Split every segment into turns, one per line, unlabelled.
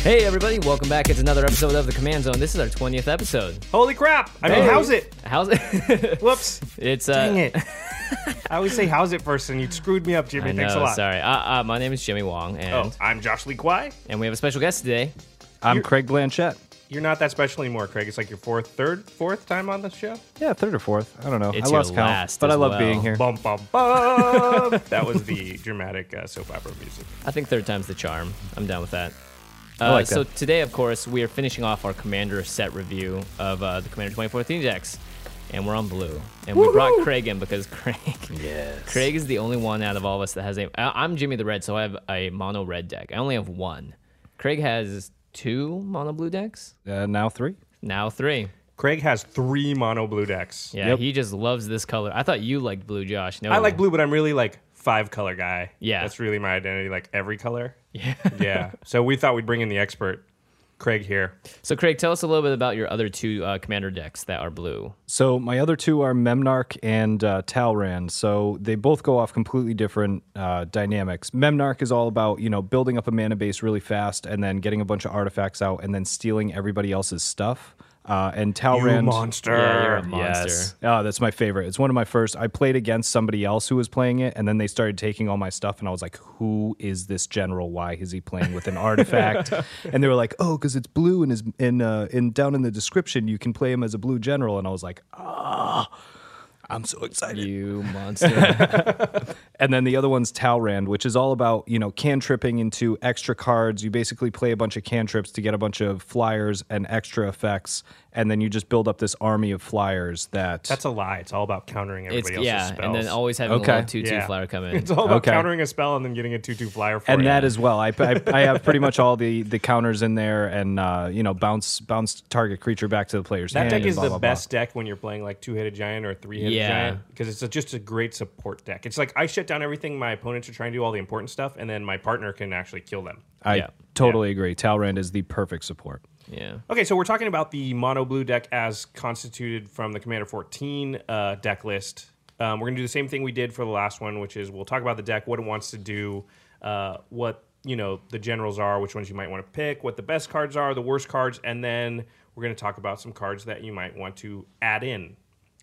Hey everybody, welcome back. It's another episode of the Command Zone. This is our 20th episode.
Holy crap! I mean,
Hey.
how's it?
How's it?
Whoops.
it's uh
Dang it. I always say how's it first, and you screwed me up, Jimmy.
I know,
Thanks a lot.
sorry. Uh, uh, my name is Jimmy Wong and
Oh, I'm Josh Lee Kwai.
and we have a special guest today.
I'm Craig Blanchett.
You're not that special anymore, Craig. It's like your fourth, third, fourth time on the show.
Yeah, third or fourth. I don't know.
It's
I lost
your
count,
last
but I
as
love
well.
being here.
Bum bum bum. that was the dramatic uh, soap opera music.
I think third time's the charm. I'm down with that. Uh,
I like
so
that.
today, of course, we are finishing off our Commander set review of uh, the Commander 24 theme decks, and we're on blue. And we brought Craig in because Craig, yes. Craig is the only one out of all of us that has a. I, I'm Jimmy the Red, so I have a mono red deck. I only have one. Craig has two mono blue decks.
Uh, now three.
Now three.
Craig has three mono blue decks.
Yeah,
Yep.
he just loves this color. I thought you liked blue, Josh. No,
I like blue, but I'm really like five color guy.
Yeah.
that's really my identity. Like every color. Yeah, yeah. So we thought we'd bring in the expert, Craig here.
So, Craig, tell us a little bit about your other two uh, Commander decks that are blue.
So my other two are Memnarch and uh, Talran. So they both go off completely different uh, dynamics. Memnarch is all about you know building up a mana base really fast and then getting a bunch of artifacts out and then stealing everybody else's stuff. Uh, and Talran,
You monster.
Yeah, you're a monster.
Yes. Oh, that's my favorite. It's one of my first. I played against somebody else who was playing it, and then they started taking all my stuff, and I was like, "Who is this general? Why is he playing with an artifact?" and they were like, "Oh, because it's blue, and is in uh, in down in the description you can play him as a blue general." And I was like, "Ah, I'm so excited."
You monster.
And then the other one's Talrand, which is all about, you know, cantripping into extra cards. You basically play a bunch of cantrips to get a bunch of flyers and extra effects. And then you just build up this army of flyers that.
That's a lie. It's all about countering
it's,
everybody else's
yeah,
spells.
and then always having
Okay.
a little 2 2
Yeah.
flower come in.
It's all about
Okay.
countering a spell and then getting a two-two flyer for
and
you.
that as well. I, I, I have pretty much all the, the counters in there and, uh, you know, bounce bounce target creature back to the player's
That
hand.
deck
and
is
blah,
the
blah, blah.
best deck when you're playing like two-headed giant or three-headed
Yeah.
giant because it's a, just a great support deck. It's like I shut down everything my opponents are trying to do, all the important stuff, and then my partner can actually kill them.
I
Yeah.
totally agree. Talrand is the perfect support.
Yeah.
Okay, so we're talking about the mono blue deck as constituted from the Commander 14 uh, deck list. Um, we're gonna do the same thing we did for the last one, which is we'll talk about the deck, what it wants to do, uh, what you know the generals are, which ones you might want to pick, what the best cards are, the worst cards, and then we're gonna talk about some cards that you might want to add in.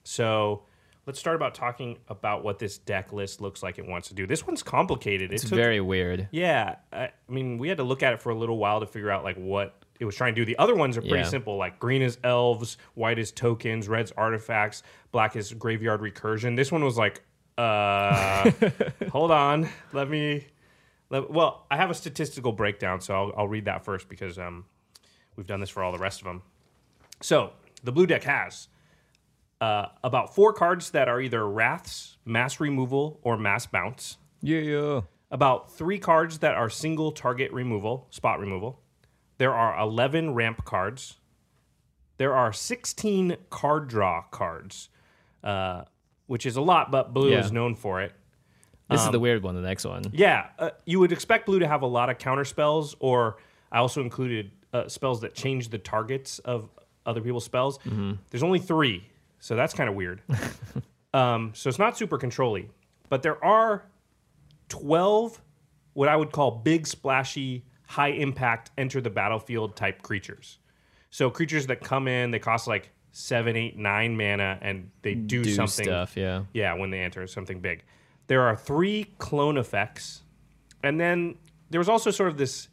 So let's start about talking about what this deck list looks like it wants to do. This one's complicated.
It's very weird.
Yeah, I, I mean, we had to look at it for a little while to figure out like what it was trying to do. The other ones are pretty
Yeah.
simple, like green is elves, white is tokens, red's artifacts, black is graveyard recursion. This one was like, uh, hold on, let me. Let, well, I have a statistical breakdown, so I'll, I'll read that first because um, we've done this for all the rest of them. So the blue deck has uh, about four cards that are either wraths, mass removal, or mass bounce
Yeah, yeah.
about three cards that are single target removal, spot removal. There are 11 ramp cards. There are 16 card draw cards, uh, which is a lot, but blue
Yeah.
is known for it.
This
Um,
is the weird one, the next one.
Yeah, uh, you would expect blue to have a lot of counter spells, or I also included uh, spells that change the targets of other people's spells. There's only three, so that's kind of weird. um, so it's not super controlly, but there are twelve what I would call big, splashy, high impact, enter the battlefield type creatures. So creatures that come in, they cost like seven, eight, nine mana, and they do,
Do
something.
stuff, yeah.
Yeah, when they enter something big. There are three clone effects. And then there was also sort of this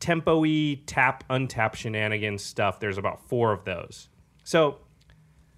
tempo y tap, untap shenanigans stuff. There's about four of those. So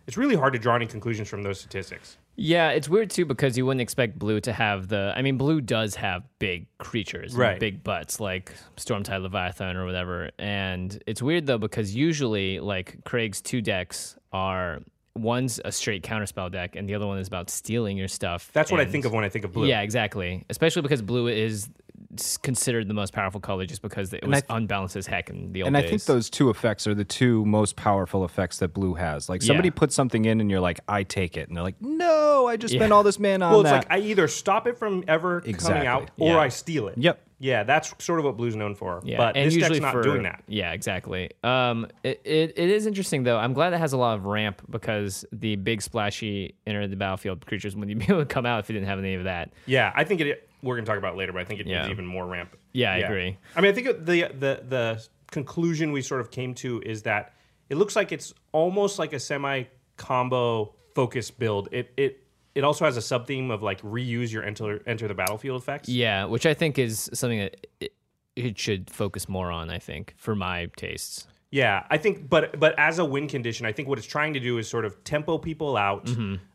it's really hard to draw any conclusions from those statistics.
Yeah, it's weird too because you wouldn't expect Blue to have the. I mean, Blue does have big creatures, and
Right.
Big butts like Stormtide Leviathan or whatever. And it's weird though because usually like Craig's two decks are one's a straight counterspell deck and the other one is about stealing your stuff.
That's what I
and-
think of when I think of blue.
Yeah, exactly. Especially because blue is s- considered the most powerful color just because it was
I th-
unbalanced as heck in the old
And
days.
I think those two effects are the two most powerful effects that blue has. Like somebody
Yeah.
puts something in and you're like, I take it. And they're like, no, I just spent
Yeah.
all this mana
Well,
on
it's
that.
like I either stop it from ever coming
Exactly.
out or
Yeah.
I steal it.
Yep.
Yeah, that's sort of what blue's known for.
Yeah,
But
and
this
usually
deck's not
for-
doing that.
Yeah, exactly. Um, it, it, it is interesting though. I'm glad it has a lot of ramp because the big splashy enter the battlefield creatures wouldn't be able to come out if you didn't have any of that.
Yeah, I think it. We're gonna talk about it later, but I think it needs
Yeah.
even more ramp.
Yeah, I agree.
I mean, I think the the the conclusion we sort of came to is that it looks like it's almost like a semi combo focus build. It it it also has a sub theme of like reuse your enter enter the battlefield effects.
Yeah, which I think is something that it, it should focus more on. I think for my tastes.
Yeah, I think, but but as a win condition, I think what it's trying to do is sort of tempo people out,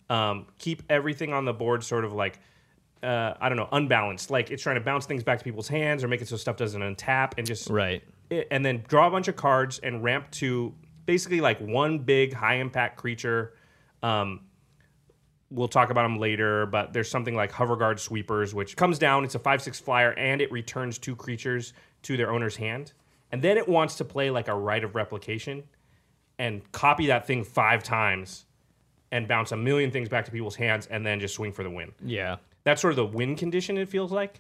um, keep everything on the board sort of like. Uh, I don't know, unbalanced. Like it's trying to bounce things back to people's hands, or make it so stuff doesn't untap, and just
Right.
it- and then draw a bunch of cards and ramp to basically like one big high impact creature. Um, we'll talk about them later, but there's something like hover guard sweepers, which comes down. It's a five six flyer, and it returns two creatures to their owner's hand. And then it wants to play like a right of replication, and copy that thing five times, and bounce a million things back to people's hands, and then just swing for the win
Yeah.
that's sort of the win condition it feels like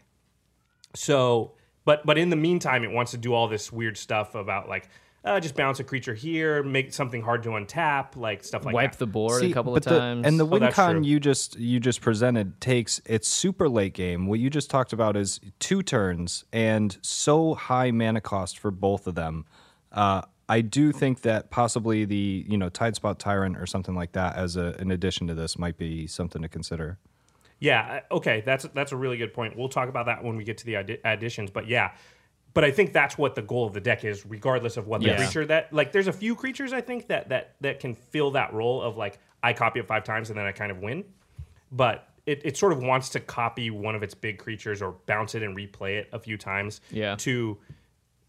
so but but in the meantime it wants to do all this weird stuff about like uh, just bounce a creature here make something hard to untap like stuff like
Wipe
that.
the board a
See,
couple of
but the-
times.
And the
Oh, that's
WinCon
true.
you just you just presented takes it's super late game. What you just talked about is two turns and so high mana cost for both of them. Uh, I do think that possibly the you know Tide Spot Tyrant or something like that as a, an addition to this might be something to consider.
Yeah. uh, Okay. That's that's a really good point. We'll talk about that when we get to the addi- additions. But yeah, but I think that's what the goal of the deck is, regardless of what the
Yeah.
creature that like. There's a few creatures I think that that that can fill that role of like I copy it five times and then I kind of win. But it, it sort of wants to copy one of its big creatures or bounce it and replay it a few times.
Yeah.
To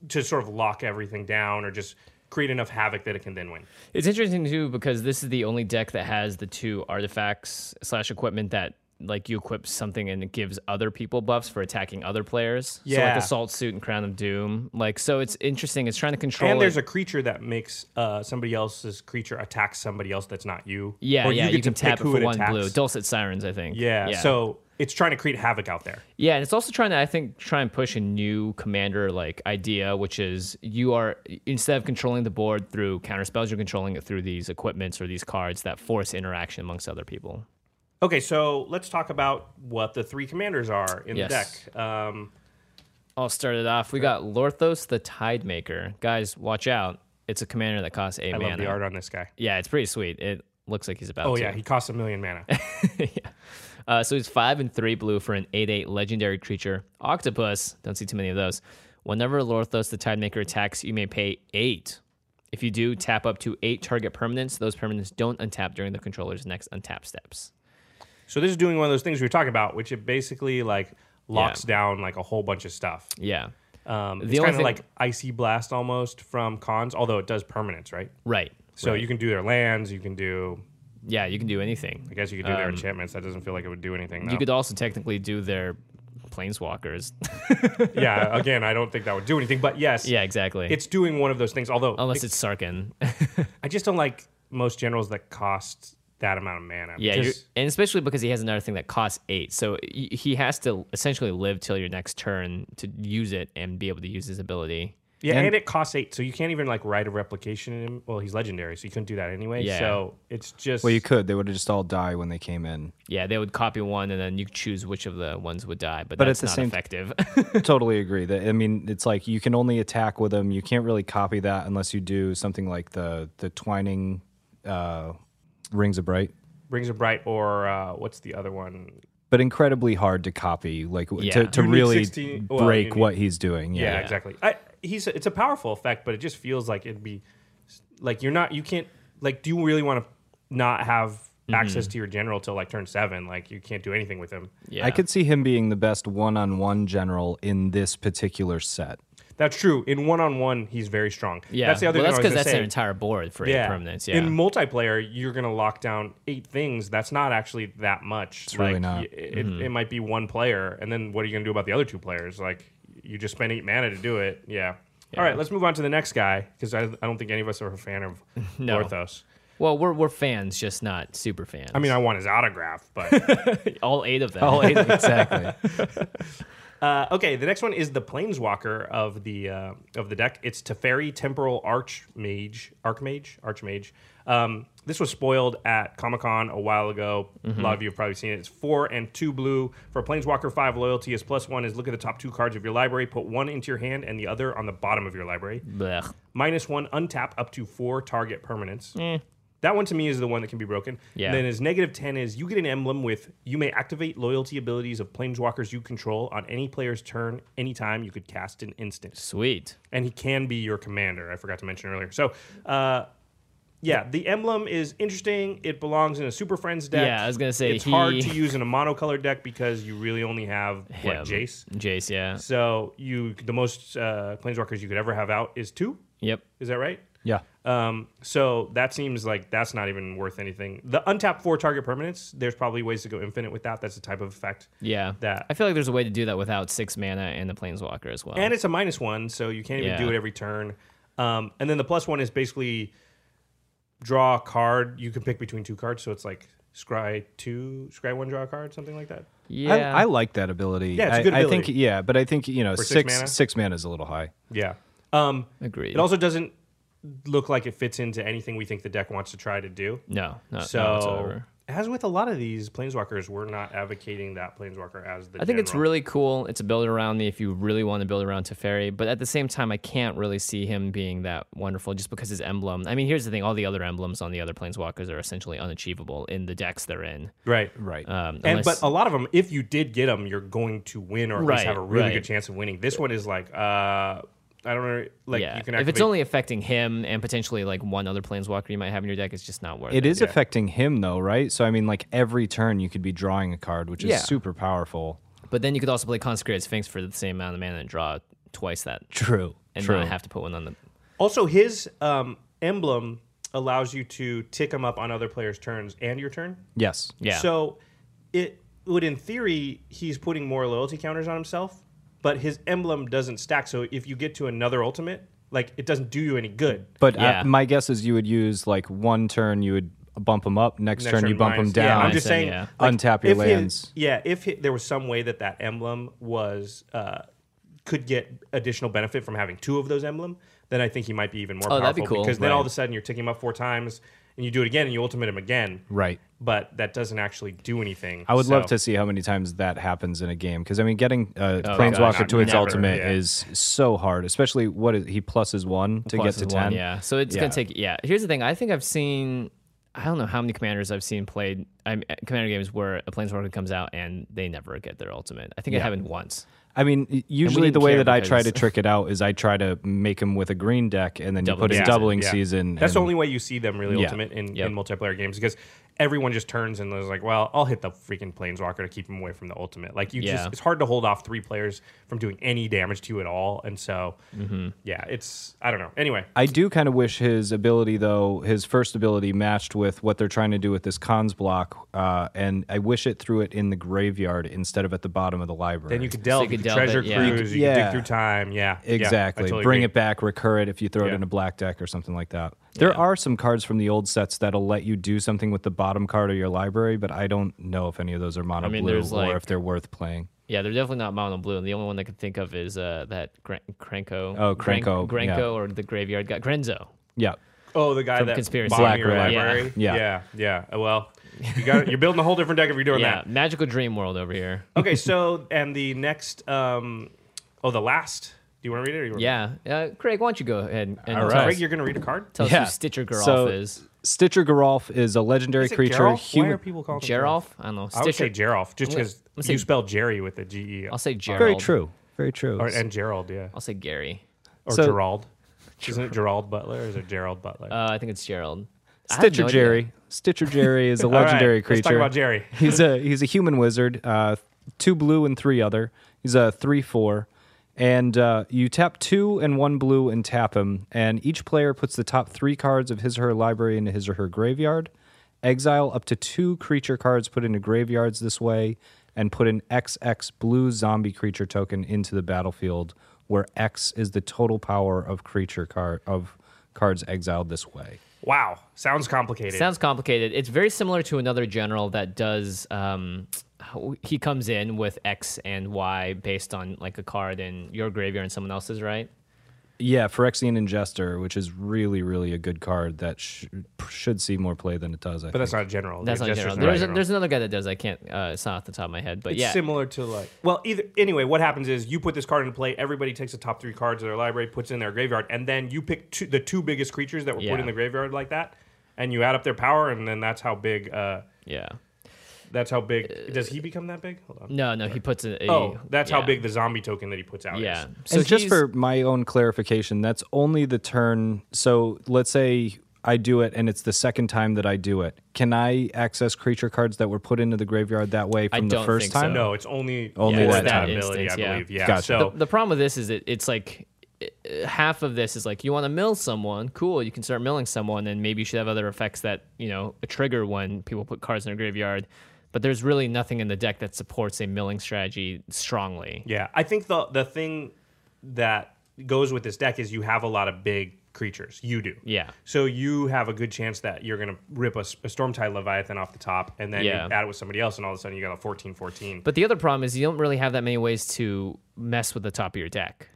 to sort of lock everything down or just create enough havoc that it can then win.
It's interesting too because this is the only deck that has the two artifacts slash equipment that like you equip something and it gives other people buffs for attacking other players. So
Yeah.
like assault suit and crown of doom. Like so it's interesting. It's trying to control
And there's
it.
a creature that makes uh, somebody else's creature attack somebody else that's not you.
yeah,
Or
yeah, you,
get
can
to
tap
pick
it
who
for one
attacks.
blue. Dulcet sirens, I think.
Yeah, So it's trying to create havoc out there.
Yeah, and it's also trying to, I think, try and push a new commander like idea, which is you are instead of controlling the board through counter spells, you're controlling it through these equipments or these cards that force interaction amongst other people.
Okay, so let's talk about what the three commanders are in
Yes.
the deck. Um,
I'll start it off. We got Lorthos the Tidemaker. Guys, watch out. It's a commander that costs eight
I
mana.
love the art on this guy.
Yeah, it's pretty sweet. It looks like he's about
Oh
to.
yeah, he costs a million mana.
Uh, so he's five and three blue for an eight eight legendary creature. Octopus. Don't see too many of those. Whenever Lorthos the Tidemaker attacks, you may pay eight. If you do, tap up to eight target permanents. Those permanents don't untap during the controller's next untap steps.
so this is doing one of those things we were talking about, which it basically like locks down like a whole bunch of stuff.
Yeah.
Um,
The only
it's kind of
thing-
like icy blast almost from cons, although it does permanents, right?
Right.
So you can do their lands, you can do.
Yeah, you can do anything.
I guess you could do their enchantments. That doesn't feel like it would do anything. Though.
Um, You could also technically do their planeswalkers.
yeah. Again, I don't think that would do anything. But yes,
yeah, Oh, exactly.
it's doing one of those things. Although,
Unless it's Sarkin.
I just don't like most generals that cost that amount of mana.
Yeah, you're-
because-
and especially because he has another thing that costs eight, so y- he has to essentially live till your next turn to use it and be able to use his ability.
Yeah, and,
And-
it costs eight, so you can't even like write a replication in him. Well, he's legendary, so you couldn't do that anyway.
Yeah.
So it's just
Well, you could. They would have just all die when they came in.
Yeah, they would copy one, and then you choose which of the ones would die. But,
But
that's
at the
not
same-
effective.
totally agree. That I mean, it's like you can only attack with them. You can't really copy that unless you do something like the the twining uh, rings of bright.
Rings of Bright or uh, what's the other one?
But incredibly hard to copy, like w-
Yeah.
to, to
You need
really
16 well, you
break
need-
what he's doing.
Yeah,
Yeah.
exactly. I, he's it's a powerful effect, but it just feels like it'd be like you're not you can't like do you really want to not have
Mm-hmm.
access to your general till like turn seven? Like you can't do anything with him.
yeah,
I could see him being the best one on one general in this particular set.
That's true. In one on one, he's very strong.
Yeah,
that's the other
well,
thing.
that's
I was
that's
gonna
an
say.
entire board for eight permanents. Yeah,
In multiplayer, you're gonna lock down eight things. That's not actually that much. It's Mm-hmm.
really not.
It, it might be one player, and then what are you gonna do about the other two players? Like you just spent eight mana to do it. Yeah. All right, let's move on to the next guy because I, I don't think any of us are a fan of
No.
Orthos.
well, we're we're fans, just not super fans.
I mean, I want his autograph, but
all eight of them.
All eight, exactly.
uh, okay. The next one is the Planeswalker of the uh, of the deck. It's Teferi, Temporal Archmage, Archmage, Archmage. Um, this was spoiled at Comic Con a while ago. A lot of you have probably seen it. It's four and two blue for Planeswalker. Five loyalty is plus one. Is look at the top two cards of your library. Put one into your hand and the other on the bottom of your library.
Blech.
minus one, untap up to four target permanents. That one to me is the one that can be broken.
Eh. Yeah.
And then his negative 10 is you get an emblem with you may activate loyalty abilities of planeswalkers you control on any player's turn anytime you could cast an instant.
Sweet.
And he can be your commander. I forgot to mention earlier. So, uh, yeah, the emblem is interesting. It belongs in a Super Friends deck.
Yeah, I was gonna say
it's
he-
hard to use in a monocolored deck because you really only have what,
Him.
Jace.
Jace. Yeah.
So you the most uh, planeswalkers you could ever have out is two.
Yep.
Is that right?
Yeah.
Um, so that seems like that's not even worth anything. The untapped four target permanents, there's probably ways to go infinite with that. That's the type of effect.
Yeah.
That.
I feel like there's a way to do that without six mana and the planeswalker as well.
And it's a minus one, so you can't even
Yeah.
do it every turn. Um, and then the plus one is basically draw a card. You can pick between two cards, so it's like scry two, scry one, draw a card, something like that.
yeah.
I, I like that ability.
Yeah, it's a
I-
good
I think,
ability.
yeah, but I think, you know,
For six
six,
mana?
six mana is a little high.
Yeah. Um,
Agreed.
It also doesn't look like it fits into anything we think the deck wants to try to do.
no. Not, so. Not
So,
whatsoever.
as with a lot of these planeswalkers, we're not advocating that planeswalker as the.
I think it's
general.
really cool. It's a build around me if you really want to build around Teferi, but at the same time, I can't really see him being that wonderful just because his emblem. I mean, here's the thing all the other emblems on the other Planeswalkers are essentially unachievable in the decks they're in.
right,
Right.
Um,
And
unless-
but a lot of them, if you did get them, you're going to win or at least
Right,
have a really
right.
good chance of winning. This one is like, uh, I don't know, like
yeah,
you can
if
activate.
it's only affecting him and potentially like one other Planeswalker you might have in your deck, it's just not worth it.
It is affecting him though, right? So I mean, like every turn you could be drawing a card, which is
Yeah.
super powerful.
But then you could also play Consecrated Sphinx for the same amount of mana and draw twice that
True.
and
True.
not have to put one on the.
also his um, emblem allows you to tick them up on other players' turns and your turn.
yes.
Yeah.
So it would, in theory, he's putting more loyalty counters on himself, but his emblem doesn't stack. So if you get to another ultimate, like it doesn't do you any good.
But
Yeah.
I, my guess is you would use like one turn, you would bump them up. Next, turn, you bump them
minus-
down.
Yeah, I'm
Minus
just
them,
saying,
yeah.
Untap your
if his-
lands.
yeah, if hi- there was some way that that emblem was uh, could get additional benefit from having two of those emblem, then I think he might be even more
Oh,
powerful
that'd be cool,
because then
right.
all of a sudden you're ticking him up four times and you do it again and you ultimate him again.
Right.
But that doesn't actually do anything.
I would
so-
love to see how many times that happens in a game because I mean, getting uh,
gosh,
Planeswalker
not
to its
never,
ultimate
yeah.
is so hard, especially what is, he pluses one to
plus
get to
is
ten.
one, yeah. So it's
Yeah.
gonna take. Yeah. Here's the thing. I think I've seen. I don't know how many commanders I've seen played I'm, commander games where a planeswalker comes out and they never get their ultimate. I think it happened once.
I mean, y- usually
didn't
the way
care
that I try to
because-
trick it out is I try to make him with a green deck, and then you
Doubling
put in
season,
doubling
Yeah.
season.
That's the
and-
only way you see them really
Yeah.
ultimate in,
Yep.
in multiplayer games because everyone just turns and is like, "Well, I'll hit the freaking planeswalker to keep him away from the ultimate." Like you
Yeah.
just, it's hard to hold off three players from doing any damage to you at all. And so,
Mm-hmm.
yeah, it's I don't know. Anyway,
I do kind of wish his ability, though, his first ability matched with what they're trying to do with this cons block, uh, and I wish it threw it in the graveyard instead of at the bottom of the library.
then you could delve,
could
you could
delve
treasure
it, yeah.
cruise, you
Yeah.
could dig through time. Yeah, Yeah, I
exactly
totally
bring
agree.
it back, recur it if you throw
Yeah.
it in a black deck or something like that. There are some cards from the old sets that'll let you do something with the bottom card of your library, but I don't know if any of those are mono
mean,
blue
there's,
or
like-
if they're worth playing.
Yeah, they're definitely not mono blue. And the only one I can think of is uh, that Gran- Cranko.
Oh,
Gran-
Cranko,
Granko
yeah.
or the graveyard guy. Grenzo.
Yeah.
Oh, the guy
From
that
Conspiracy
bombed
Black
your
Rabbit.
library.
Yeah.
yeah, yeah. Uh, Well, you got you're building a whole different deck if you're doing
Yeah,
that.
magical dream world over here.
Okay, so and the next, um, oh, the last. Do you want to read it? Or you wanna-
Yeah, uh, Craig, why don't you go ahead and
All
tell
right.
us-
Greg, you're gonna read a card.
tell us
yeah.
who Oh, Stitcher Garolf
So,
is.
Stitcher Garolf is a legendary
Is it
creature.
Gerolf? Why
Human.
are people calling him
Gerolf? I don't know.
I would say
Stitcher.
Gerolf, just
I'm gonna-
because
I'm gonna
you
say-
spell Jerry with a G E.
I'll say Gerald.
Very true. Very true.
Or, and Gerald, yeah,
I'll say Gary.
or
So-
Gerald. Isn't it Gerald Butler or is it Gerald Butler?
Uh, I think it's Gerald. I have
Stitcher
no idea.
Jerry. Stitcher Jerry is a
All right,
legendary creature.
Let's talk about Jerry.
he's a he's a human wizard. Uh, two blue and three other. He's a three four, and uh, you tap two and one blue and tap him. And each player puts the top three cards of his or her library into his or her graveyard. Exile up to two creature cards put into graveyards this way, and put an XX blue zombie creature token into the battlefield, where X is the total power of creature card of cards exiled this way.
Wow, sounds complicated.
Sounds complicated. It's very similar to another general that does. Um, he comes in with X and Y based on like a card in your graveyard and someone else's, right?
Yeah, Phyrexian Ingester, which is really, really a good card that sh- should see more play than it does. I
but
think.
that's not general.
That's
The
not
gesture's
general. There's,
general.
there's another guy that does. I can't. Uh, it's not off the top of my head, but
It's
yeah,
similar to like well either anyway what happens is you put this card into play everybody takes the top three cards of their library puts it in their graveyard and then you pick two, the two biggest creatures that were
Yeah.
put in the graveyard like that and you add up their power and then that's how big uh
yeah.
that's how big
Uh,
does he become that big hold on
No, no, he puts a. a
oh that's how
yeah.
big the zombie token that he puts out
Yeah.
is
and just
he's-
for my own clarification, that's only the turn. So let's say I do it, and it's the second time that I do it. Can I access creature cards that were put into the graveyard that way from
I
the
don't
first
think
time?
so.
no it's only
Only
for
that
that
time.
ability
instance,
i
yeah.
believe yeah,
Gotcha.
so
the, the problem with this is it, it's like uh, half of this is like you want to mill someone cool you can start milling someone and maybe you should have other effects that you know trigger when people put cards in their graveyard but there's really nothing in the deck that supports a milling strategy strongly
Yeah, I think the the thing that goes with this deck is you have a lot of big creatures. You do.
Yeah.
So you have a good chance that you're going to rip a, s- a Storm Tide Leviathan off the top, and then
Yeah.
you add it with somebody else, and all of a sudden you got a 14 14.
but the other problem is you don't really have that many ways to mess with the top of your deck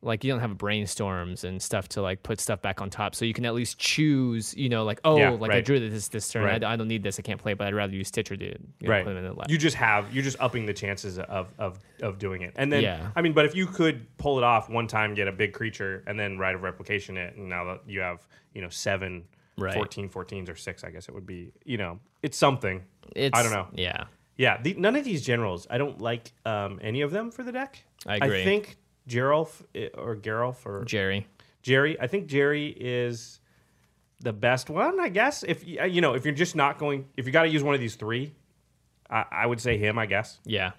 like you don't have brainstorms and stuff to like put stuff back on top so you can at least choose you know like oh
Yeah,
like i
right.
drew this this turn
Right.
I, I don't need this i can't play it, but i'd rather use stitcher dude you know,
right.
put him in the left.
You just have you're just upping the chances of of of doing it, and then
Yeah.
I mean, but if you could pull it off one time, get a big creature, and then Rite of Replication it, and now that you have you know seven.
Right.
14 14s or 6 I guess it would be you know it's something
it's
I don't know
yeah
Yeah, the, none of these generals. I don't like um, any of them for the deck.
I agree.
I think Gerolf i- or Gerolf or
jerry
Jerry. I think Jerry is the best one. I guess if y- you know if you're just not going, if you got to use one of these three, I, I would say him. I guess.
yeah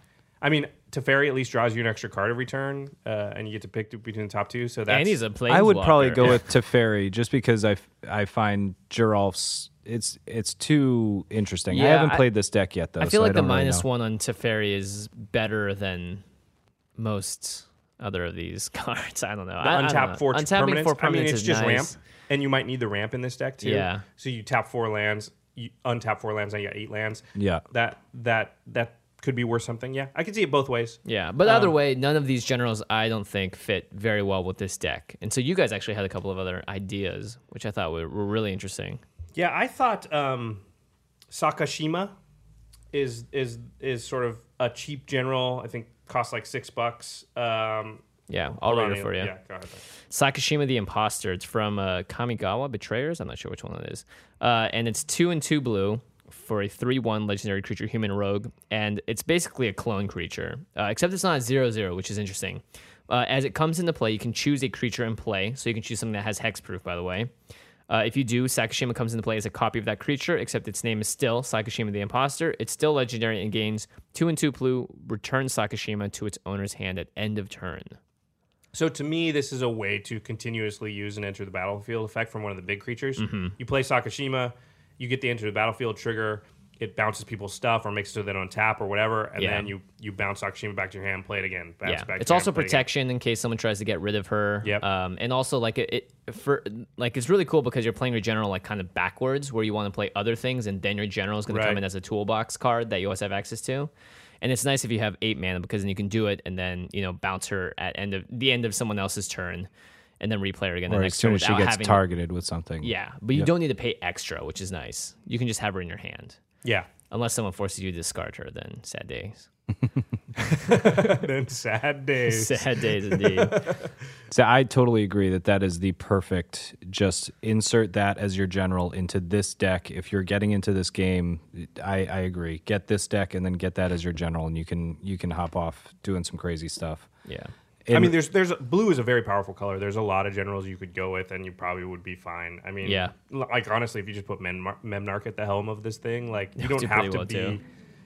I mean, Teferi at least draws you an extra card every turn, uh, and you get to pick between the top two. So that's
and he's a planeswalker.
I would probably go with Teferi just because I, f- I find Geralf's it's it's too interesting. I
Yeah,
haven't
I-
played this deck yet though.
I feel
so
like the
don't really
minus
know.
one on Teferi is better than most other of these cards. I don't know.
the
I, I don't know.
untap four
Untapping
permanents.
four
I mean,
permanents
it's
is
just
nice.
ramp, and you might need the ramp in this deck too.
Yeah.
So you tap four lands, you untap four lands, and you got eight lands.
Yeah.
That that that could be worth something. Yeah, I could see it both ways.
Yeah, but either way, none of these generals I don't think fit very well with this deck. And so you guys actually had a couple of other ideas, which I thought were, were really interesting.
Yeah, I thought um, Sakashima is is is sort of a cheap general. I think costs like six bucks. Um,
Yeah, I'll
hold
read
on,
it for you.
Yeah, go ahead.
Sakashima the Imposter. It's from uh, Kamigawa Betrayers. I'm not sure which one it is. Uh, and it's two and two blue for a three one legendary creature, human rogue, and it's basically a clone creature, uh, except it's not a zero zero, which is interesting. Uh, as it comes into play, you can choose a creature in play, so you can choose something that has hexproof, by the way. Uh, if you do, Sakashima comes into play as a copy of that creature, except its name is still Sakashima the Imposter. It's still legendary and gains two and two blue. Return Sakashima to its owner's hand at end of turn.
So to me, this is a way to continuously use and enter the
Mm-hmm.
battlefield effect from one of the big creatures. You play Sakashima, you get the enter the battlefield trigger. it bounces people's stuff or makes it so they don't tap or whatever, and
Yeah.
then you you bounce Akashima back to your hand, play it again. Bounce
yeah,
back to
it's
your
also
hand, play it again.
protection in case someone tries to get rid of her.
Yep.
Um, and also like it, it for like it's really cool because you're playing your general like kind of backwards where you want to play other things, and then your general is going to come
Right.
in as a toolbox card that you always have access to. And it's nice if you have eight mana because then you can do it and then you know bounce her at end of the end of someone else's turn, and then replay her again the
Or as
next turn
soon as she
without
gets
having.
targeted with something.
yeah, but you don't need to pay extra, which is nice. You can just have her in your hand,
Yeah.
unless someone forces you to discard her. Then sad days,
then sad days.
sad days indeed.
So I totally agree that that is the perfect. Just insert that as your general into this deck. If you're getting into this game, I, I agree. Get this deck and then get that as your general, and you can you can hop off doing some crazy stuff.
yeah.
I mean, there's there's blue is a very powerful color. There's a lot of generals you could go with, and you probably would be fine. I mean,
Yeah.
l- Like honestly, if you just put Memnar- Memnarch at the helm of this thing, like you
They'll
don't
do
have
pretty
to
well,
be,
too.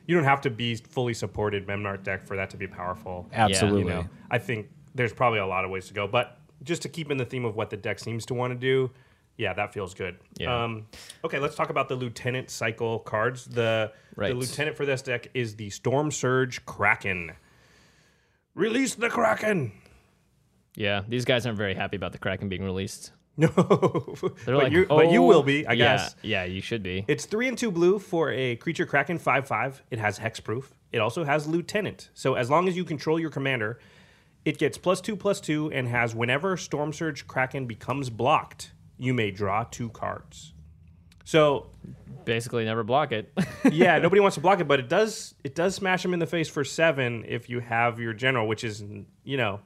you don't have to be fully supported Memnarch deck for that to be powerful.
Absolutely.
You know, I think there's probably a lot of ways to go, but just to keep in the theme of what the deck seems to want to do, yeah, that feels good.
Yeah.
Um, okay, let's talk about the lieutenant cycle cards. The
Right.
the lieutenant for this deck is the Storm Surge Kraken. Release the Kraken.
Yeah, these guys aren't very happy about the Kraken being released.
No, but,
They're like,
you, but you
"Oh,
will be, I
yeah,
guess.
Yeah, you should be.
It's three and two blue for a creature Kraken five five. It has hexproof. It also has lieutenant. So as long as you control your commander, it gets plus two plus two and has whenever Storm Surge Kraken becomes blocked, you may draw two cards. So
Basically, never block it.
yeah, nobody wants to block it, but it does it does smash him in the face for seven if you have your general, which is you know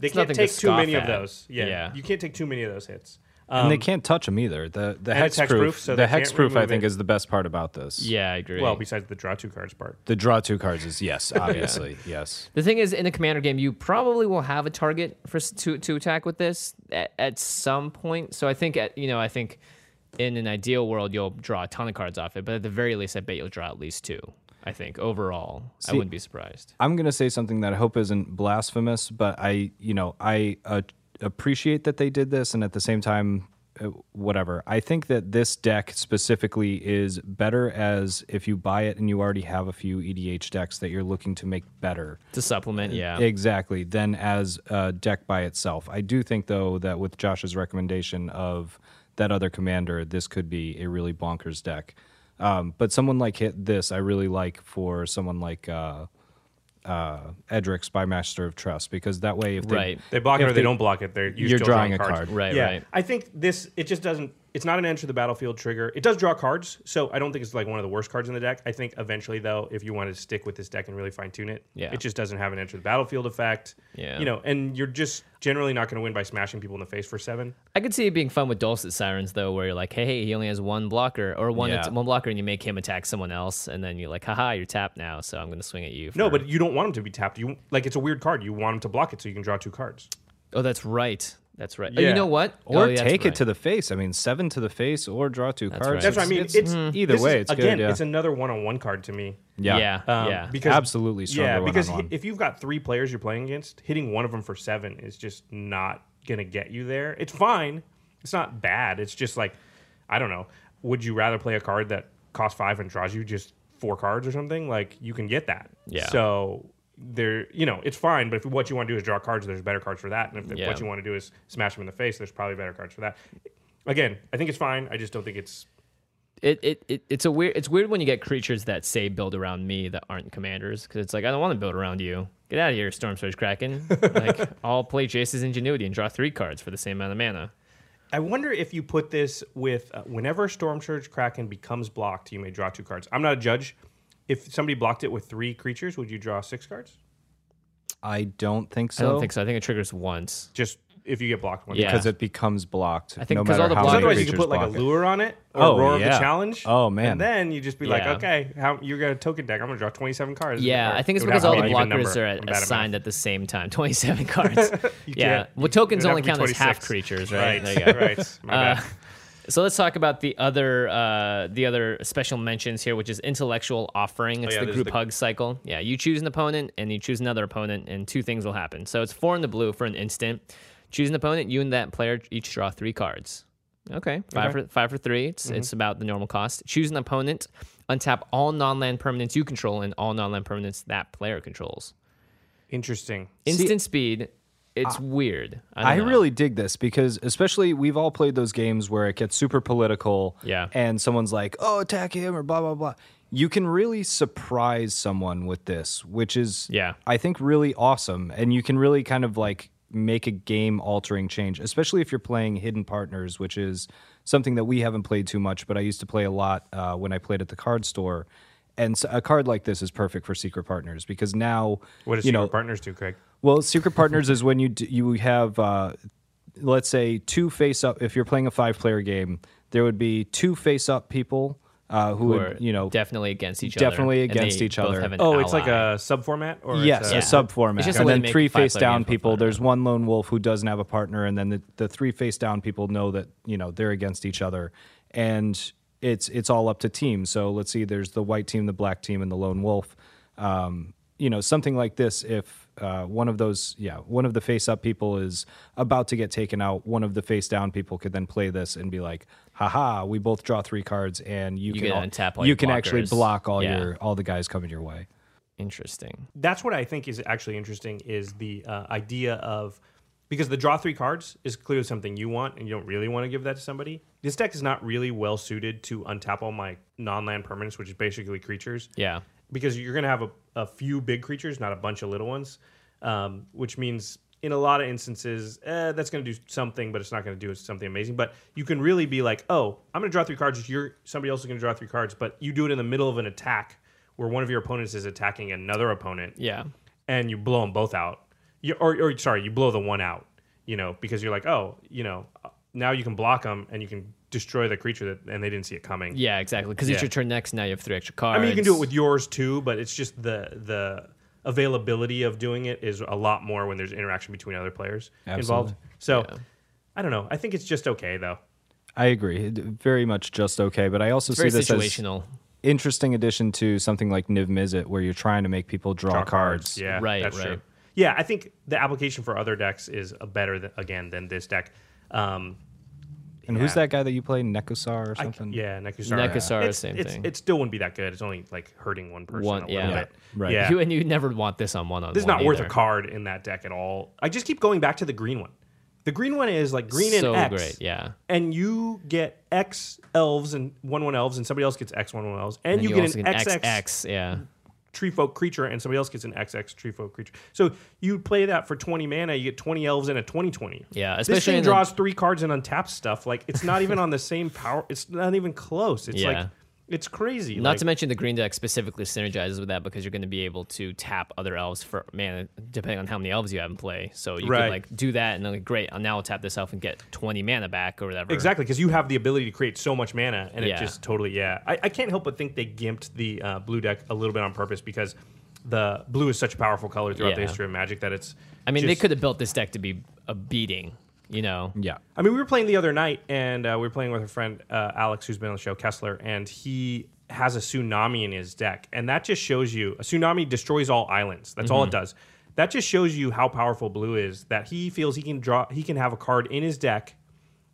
they
It's
can't
nothing to
take too
scoff
many
at.
of those. Yeah,
Yeah.
you can't take too many of those hits.
and they can't touch them either. The the
um, and it's
hexproof,
hexproof, so
the
they can't
hexproof, I
remove
think,
it.
is the best part about this.
yeah, I agree.
Well, besides the draw two cards part.
The draw two cards is yes, obviously yes.
the thing is, in a commander game, you probably will have a target for s- to to attack with this at, at some point. So I think at you know I think in an ideal world you'll draw a ton of cards off it, but at the very least, I bet you'll draw at least two. I think overall, I wouldn't be surprised.
I'm going to say something that I hope isn't blasphemous, but I, you know, I uh, appreciate that they did this, and at the same time, uh, whatever. I think that this deck specifically is better as if you buy it and you already have a few EDH decks that you're looking to make better.
To supplement, yeah,
Exactly. Than as a deck by itself. I do think though that with Josh's recommendation of that other commander, this could be a really bonkers deck. Um, but someone like hit this, I really like for someone like uh, uh, Edric's by Master of Trust because that way, if they,
right.
They block it
If
or they,
they-
don't block it. They're you're,
you're
still drawing,
drawing a
cards.
card.
Right,
Yeah.
right.
I think this it just doesn't. It's not an enter the battlefield trigger. It does draw cards, so I don't think it's like one of the worst cards in the deck. I think eventually though, if you wanted to stick with this deck and really fine tune it,
Yeah.
it just doesn't have an enter the battlefield effect.
Yeah.
You know, and you're just generally not going to win by smashing people in the face for seven.
I could see it being fun with Dulcet Sirens though, where you're like, hey, he only has one blocker or one
Yeah.
one blocker, and you make him attack someone else, and then you're like, haha, you're tapped now, so I'm gonna swing at you.
No,
for-
but you don't want them to be tapped. You like it's a weird card. You want them to block it so you can draw two cards.
oh, that's right, that's right. Oh,
Yeah.
you know what?
or
Oh, yeah, that's
take it
right.
to the face. I mean, seven to the face or draw two cards.
right. Hmm.
That's what I mean. It's,
mm, either
this is-
way. It's
again,
good. Yeah.
it's another one on one card to me.
yeah.
yeah,
Um,
yeah.
Because
Absolutely stronger
Yeah, because
one-on-one.
if you've got three players you're playing against, hitting one of them for seven is just not gonna get you there. It's fine. It's not bad. It's just like, I don't know. Would you rather play a card that costs five and draws you just four cards or something? Like you can get that.
Yeah.
So there, you know, it's fine. But if what you want to do is draw cards, there's better cards for that. And if
Yeah.
what you want to do is smash them in the face, there's probably better cards for that. Again, I think it's fine. I just don't think it's
it, it, it it's a weird it's weird when you get creatures that say build around me that aren't commanders because it's like I don't want to build around you. Get out of here, Storm Surge Kraken. like I'll play Jace's Ingenuity and draw three cards for the same amount of mana.
I wonder if you put this with uh, whenever Storm Surge Kraken becomes blocked, you may draw two cards. I'm not a judge. If somebody blocked it with three creatures, would you draw six cards?
I don't think so.
I don't think so. I think it triggers once.
Just if you get blocked one.
Yeah.
Because it becomes blocked.
I think
no
'cause
matter
all the
how
block-
Because
many
otherwise, you
creatures
could put like a
block it.
lure on it or
Oh,
roar of
yeah.
the challenge.
Oh, man.
And then you just be like,
Yeah.
okay, how you're gonna token deck? I'm gonna draw 27 cards.
Yeah,
Or
I think it's
it would
because
have to
all
be
the
an even
blockers
number.
are
I'm
at,
bad math.
assigned at the same time. Twenty-seven cards. yeah,
can't-
well, tokens
It'd have
only
to be
count as half
26.
creatures, right? There you go.
Right. right. My
Uh,
bad.
so let's talk about the other uh, the other special mentions here, which is intellectual offering. It's
Oh, yeah,
the
there's
group
the-
hug cycle. Yeah, you choose an opponent and you choose another opponent, and two things will happen. So it's four in the blue for an instant. Choose an opponent. You and that player each draw three cards. Okay, five for five for three. It's
Mm-hmm.
it's about the normal cost. Choose an opponent, untap all non-land permanents you control and all non-land permanents that player controls.
Interesting.
Instant speed. It's weird.
I
don't know.
really dig this because, especially, we've all played those games where it gets super political.
Yeah.
And someone's like, oh, attack him or blah, blah, blah. You can really surprise someone with this, which is,
Yeah.
I think, really awesome. And you can really kind of like make a game altering change, especially if you're playing Hidden Partners, which is something that we haven't played too much, but I used to play a lot uh, when I played at the card store. And so a card like this is perfect for secret partners because now,
What does
you
your
know,
partners do, Craig?
well, secret partners is when you d you have, uh, let's say, two face up. If you're playing a five player game, there would be two face up people uh, who,
Or
would you know
definitely against each
definitely
other. and
against
they
each
both
other.
have an
Oh, it's like
ally.
a sub format, or it's
Yes,
a-
a sub format.
It's just a
and
way
then
to make
three
a five-player
face down
game for
people.
fun.
There's one lone wolf who doesn't have a partner, and then the, the three face down people know that you know they're against each other, and it's it's all up to team. So let's see, there's the white team, the black team, and the lone wolf. Um, you know, something like this. If uh, one of those, yeah, one of the face up people is about to get taken out, one of the face down people could then play this and be like, "Haha, we both draw three cards, and you,
get
can all-
to tap all
you
your
can actually
blockers."
block all
Yeah.
your all the guys coming your way."
interesting.
that's what I think is actually interesting is the uh, idea of because the draw three cards is clearly something you want and you don't really want to give that to somebody. This deck is not really well suited to untap all my non land permanents, which is basically creatures.
Yeah.
Because you're going to have a, a few big creatures, not a bunch of little ones, um, which means in a lot of instances, eh, that's going to do something, but it's not going to do something amazing. But you can really be like, oh, I'm going to draw three cards. You're somebody else is going to draw three cards, but you do it in the middle of an attack where one of your opponents is attacking another opponent
Yeah.
and you blow them both out. You, or, or sorry, you blow the one out. You know, because you're like, oh, you know, now you can block them and you can destroy the creature that, and they didn't see it coming.
Yeah, exactly. Because it's
Yeah.
your turn next. Now you have three extra cards.
I mean, you can do it with yours too, but it's just the the availability of doing it is a lot more when there's interaction between other players involved.
Absolutely.
So, I don't know. I think it's just okay though.
I agree. It- Very much just okay. But I also
very
see this as
situational.
interesting addition to something like Niv Mizzet, where you're trying to make people draw, cards.
Yeah,
Right,
That's true.
right.
Yeah, I think the application for other decks is a better th- again than this deck. Um,
And who's that guy that you play, Nekosar or
I c-
something?
yeah, Nekusara.
Nekusara,
it's,
same
it's,
thing.
It still wouldn't be that good. It's only like hurting one person
One-
a
yeah.
little
Yeah,
bit.
right.
Yeah.
You, and you never want this on one on one.
this is not worth a card in that deck at all. I just keep going back to the green one. The green one is like green
so
and X.
great. Yeah.
And you get X elves and one one elves, and somebody else gets X one one elves, and,
And
you,
you,
get
also
an
get
XX,
XX. Yeah.
tree folk creature, and somebody else gets an XX tree folk creature. So you play that for twenty mana, you get twenty elves and a twenty twenty.
Yeah,
this
especially
thing
in the-
draws three cards and untaps stuff. Like it's not even on the same power. It's not even close. It's
Yeah.
like it's crazy.
Not
like,
to mention the green deck specifically synergizes with that because you're going to be able to tap other elves for man depending on how many elves you have in play. So you
Right.
can like do that and then like great, I'll now tap this elf and get 20 mana back or whatever.
Exactly, because you have the ability to create so much mana, and
Yeah.
it just totally yeah. I, I can't help but think they gimped the uh, blue deck a little bit on purpose because the blue is such a powerful color throughout the
Yeah.
history of Magic that it's.
I mean, they
just-
could have built this deck to be a beating. You know.
Yeah.
I mean, we were playing the other night, and uh, we were playing with a friend uh, Alex, who's been on the show, Kessler, and he has a tsunami in his deck, and that just shows you a tsunami destroys all islands. That's all it does. That just shows you how powerful blue is. That he feels he can draw, he can have a card in his deck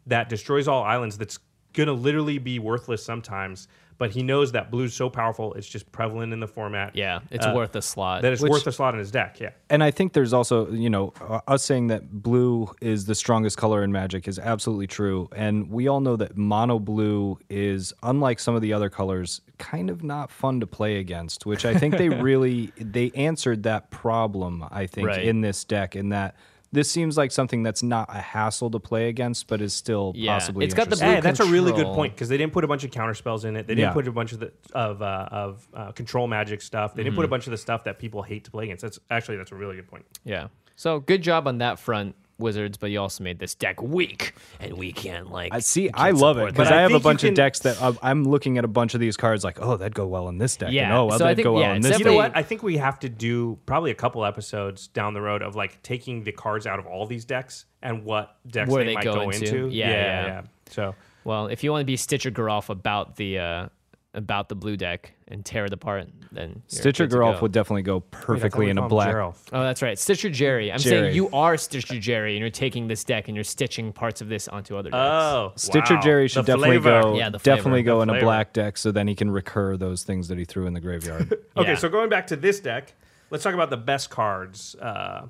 that destroys all islands. That's gonna literally be worthless sometimes, but he knows that blue's so powerful, it's just prevalent in the format.
Yeah, it's
uh,
worth a slot.
that it's
Which-
worth a slot in his deck. Yeah.
And I think there's also, you know, uh, us saying that blue is the strongest color in Magic is absolutely true. And we all know that mono blue is, unlike some of the other colors, kind of not fun to play against, which I think they really, they answered that problem, I think,
Right.
in this deck, in that this seems like something that's not a hassle to play against, but is still
Yeah.
possibly
It's got the
interesting.
Hey, that's a really good
control.
point because they didn't put a bunch of counter spells in it. They didn't
Yeah.
put a bunch of the of uh, of uh, control magic stuff. They didn't put a bunch of the stuff that people hate to play against. That's actually that's a really good point.
Yeah. So good job on that front, Wizards. But you also made this deck weak, and we can't like.
I
we
see.
can't
I love it
support
because
But I
I have a
think you
bunch
can-
of decks that uh, I'm looking at a bunch of these cards like, oh, that'd go well in this deck.
Yeah.
And, oh, well,
So I
that'd
think-
go well
yeah,
in
it's
this.
definitely-
deck.
You know
They-
what? I think we have to do probably a couple episodes down the road of like taking the cards out of all these decks and what decks
Where
they,
they
might
go
go,
into.
into.
Yeah, yeah.
So
Well, if you want to be Stitcher Garoff about the uh, about the blue deck and tear it apart, then you're
Stitcher
good to
Geralt
go.
would definitely go
Wait, I thought
perfectly
we
in a
called
black.
Geralf.
Oh, that's right. Stitcher Jerry. I'm
Jerry.
saying you are Stitcher Jerry, and you're taking this deck and you're stitching parts of this onto other decks.
Oh,
Stitcher
wow.
Jerry should
The
definitely
flavor.
go
Yeah, the flavor,
definitely go
the
in a
flavor.
black deck so then he can recur those things that he threw in the graveyard.
Okay,
Yeah.
so going back to this deck, let's talk about the best cards. Uh,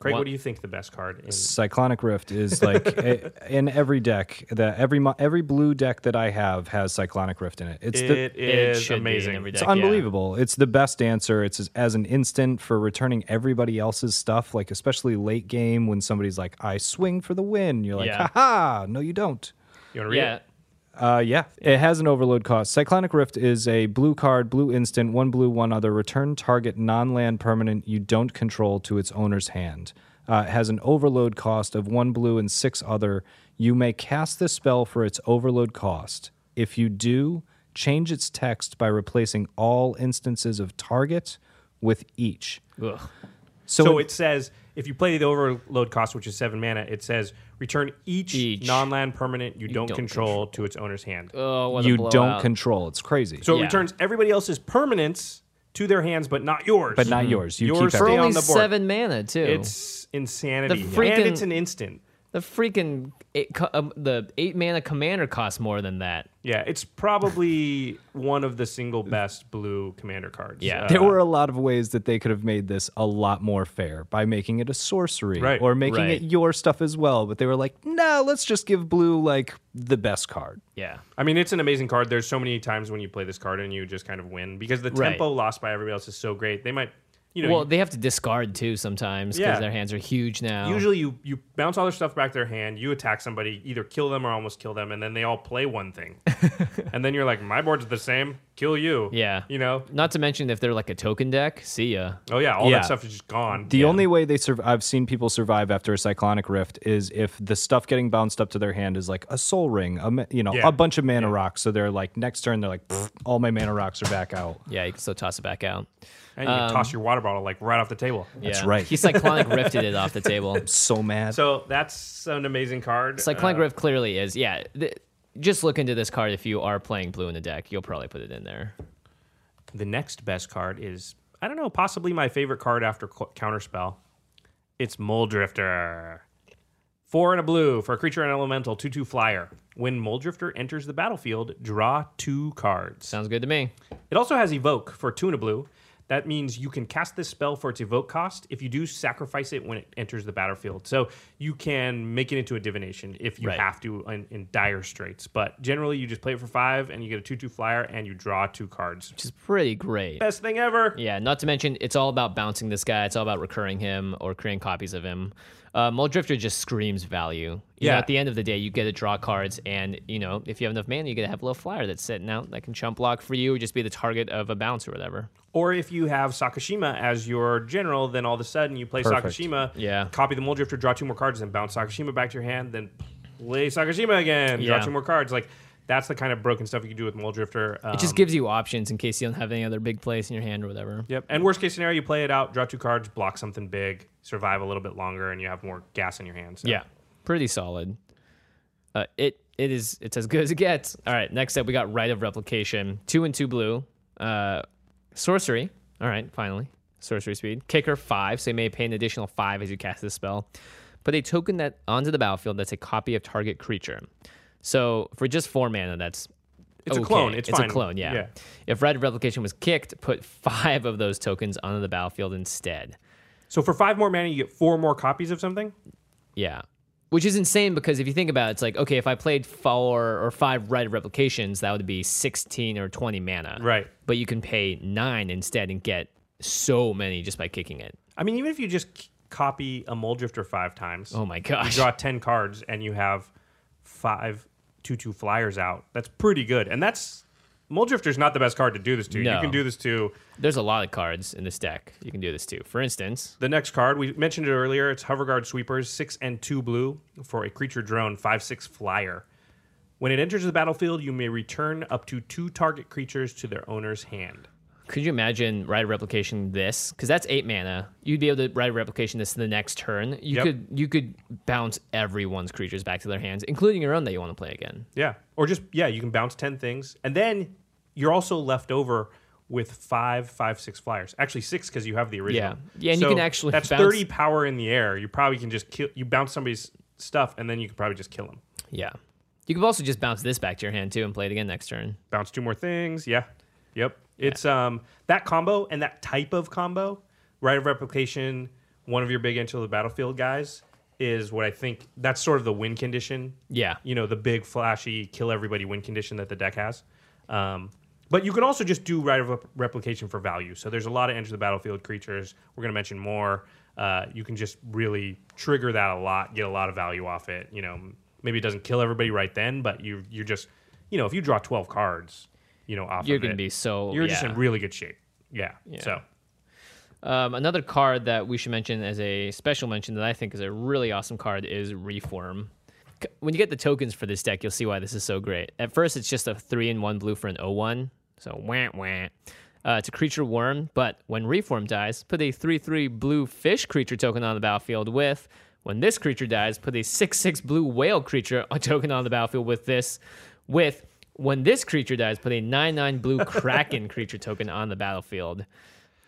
Craig, what?
What-
do you think the best card is?
Cyclonic Rift is like i in every deck that every mo- every blue deck that I have has Cyclonic Rift in it. It's
It
the
is
should be in
amazing.
every
it's
deck, yeah.
unbelievable. It's the best answer. It's as, as an instant for returning everybody else's stuff, like especially late game when somebody's like, "I swing for the win." You're like,
Yeah.
"Ha ha!" No, you don't.
You want to read
Yeah.
it?
Uh, yeah, it has an overload cost. Cyclonic Rift is a blue card, blue instant, one blue, one other. Return target non land permanent you don't control to its owner's hand. Uh, it has an overload cost of one blue and six other. You may cast this spell for its overload cost. If you do, change its text by replacing all instances of target with each.
Ugh.
So,
So,
in-
it says if you play the overload cost, which is seven mana, it says return each,
Each.
non-land permanent you, don't,
don't
control, to its owner's hand.
Oh, what a
you don't
blowout.
control. It's crazy.
so it
yeah.
returns everybody else's permanents to their hands, but not yours.
but not yours. You
Yours
keep
for
everything.
on
only
the board.
seven mana too.
It's insanity,
The freaking-
and it's an instant.
the freaking eight, co- um, the eight mana commander costs more than that.
Yeah, it's probably one of the single best blue commander cards. Uh,
Yeah.
there were a lot of ways that they could have made this a lot more fair by making it a sorcery
Right.
or making
Right.
it your stuff as well. But they were like, no, let's just give blue like the best card.
Yeah.
I mean, it's an amazing card. There's so many times when you play this card and you just kind of win because the
Right.
tempo lost by everybody else is so great. They might, you know,
Well, they have to discard too sometimes because
Yeah.
their hands are huge now.
usually you you bounce all their stuff back to their hand, you attack somebody, either kill them or almost kill them, and then they all play one thing, and then you're like, my board's the same, kill you.
Yeah.
you know,
Not to mention if they're like a token deck, see ya.
oh yeah, all
Yeah.
that stuff is just gone.
The only way they survive, I've seen people survive after a cyclonic rift is if the stuff getting bounced up to their hand is like a soul ring, a, ma- you know,
Yeah.
a bunch of mana rocks. So they're like, next turn, they're like, "Pfft, all my mana rocks are back out.
Yeah, you can still toss it back out.
and you can toss your water bottle like right off the table.
That's
right.
He cyclonic rifted it off the table.
So mad.
So that's an amazing card.
Cyclonic
Uh,
Rift clearly is. Yeah. Th- just look into this card if you are playing blue in the deck. You'll probably put it in there.
the next best card is I don't know, possibly my favorite card after co- Counterspell. It's Mole Drifter. Four and a blue for a creature and elemental, 2 2 flyer. When Mole Drifter enters the battlefield, draw two cards.
Sounds good to me.
It also has Evoke for two and a blue. That means you can cast this spell for its Evoke cost. If you do, sacrifice it when it enters the battlefield. So you can make it into a Divination if you
Right.
have to in, in dire straits. But generally, you just play it for five and you get a 2 2 flyer and you draw two cards.
Which is pretty great.
Best thing ever.
Yeah, not to mention it's all about bouncing this guy. It's all about recurring him or creating copies of him. Uh, Mole Drifter just screams value. You yeah.
Yeah.
Know, at the end of the day, you get to draw cards, and you know if you have enough mana, you get to have a little flyer that's sitting out that can chump block for you, or just be the target of a bounce or whatever.
Or if you have Sakashima as your general, then all of a sudden you play
Perfect.
Sakashima,
Yeah.
copy the Mole Drifter, draw two more cards, and bounce Sakashima back to your hand, then play Sakashima again,
Yeah.
draw two more cards. Like that's the kind of broken stuff you can do with Mole Drifter. Um,
It just gives you options in case you don't have any other big plays in your hand or whatever.
Yep. And worst case scenario, you play it out, draw two cards, block something big, survive a little bit longer, and you have more gas in your hand. So.
pretty solid. Uh, it it is it's as good as it gets. All right, next up we got Rite of Replication, two and two blue, uh, sorcery. All right, finally sorcery speed kicker five, so you may pay an additional five as you cast this spell. Put a token that onto the battlefield that's a copy of target creature. So for just four mana, that's
It's a
okay.
clone, it's
a
fine.
clone. Yeah.
Yeah.
If Rite of Replication was kicked, put five of those tokens onto the battlefield instead.
So for five more mana, you get four more copies of something.
Yeah. Which is insane because if you think about it, it's like, okay, if I played four or five Rite of Replications, that would be 16 or 20 mana.
Right.
But you can pay nine instead and get so many just by kicking it.
I mean, even if you just c- copy a Mole Drifter five times,
Oh my
you
gosh.
draw 10 cards and you have five 2 2 flyers out. That's pretty good. And that's. Mole Drifter's not the best card to do this to. You
No.
can do this to
There's a lot of cards in this deck you can do this too. For instance,
the next card. We mentioned it earlier. It's Hoverguard Sweepers, 6 and 2 blue for a creature drone, 5 6 flyer. When it enters the battlefield, you may return up to two target creatures to their owner's hand.
could you imagine Rite of Replication this? Because that's eight mana. You'd be able to Rite of Replication this in the next turn. You
Yep.
could you could bounce everyone's creatures back to their hands, including your own that you want to play again.
Yeah. Or just, yeah, you can bounce 10 things. And then you're also left over with five, five, six flyers. Actually, six because you have the original.
Yeah. Yeah, and you can actually
that's
bounce-
thirty power in the air. You probably can just kill. You bounce somebody's stuff, and then you can probably just kill them.
Yeah. You could also just bounce this back to your hand too and play it again next turn.
bounce two more things. Yeah. Yep. It's um that combo and that type of combo, right of replication, one of your big into the battlefield guys is what I think that's sort of the win condition.
Yeah.
You know, the big flashy kill everybody win condition that the deck has. Um but you can also just do right of rep- replication for value. So there's a lot of enter the battlefield creatures. We're going to mention more. Uh, you can just really trigger that a lot, get a lot of value off it. You know, maybe it doesn't kill everybody right then, but you you're just you know if you draw twelve cards, you know off
You're
of
gonna
it,
be so-
you're just
yeah.
in really good shape. Yeah. So
Um, another card that we should mention as a special mention that I think is a really awesome card is Reform. C- When you get the tokens for this deck, you'll see why this is so great. At first, it's just a 3 and 1 blue for an 0 1. So, wah, wah. Uh, it's a creature worm, but when Reform dies, put a 3 3 blue fish creature token on the battlefield with. When this creature dies, put a 6 6 blue whale creature a token on the battlefield with this. With. When this creature dies, put a 9 9 blue kraken creature token on the battlefield.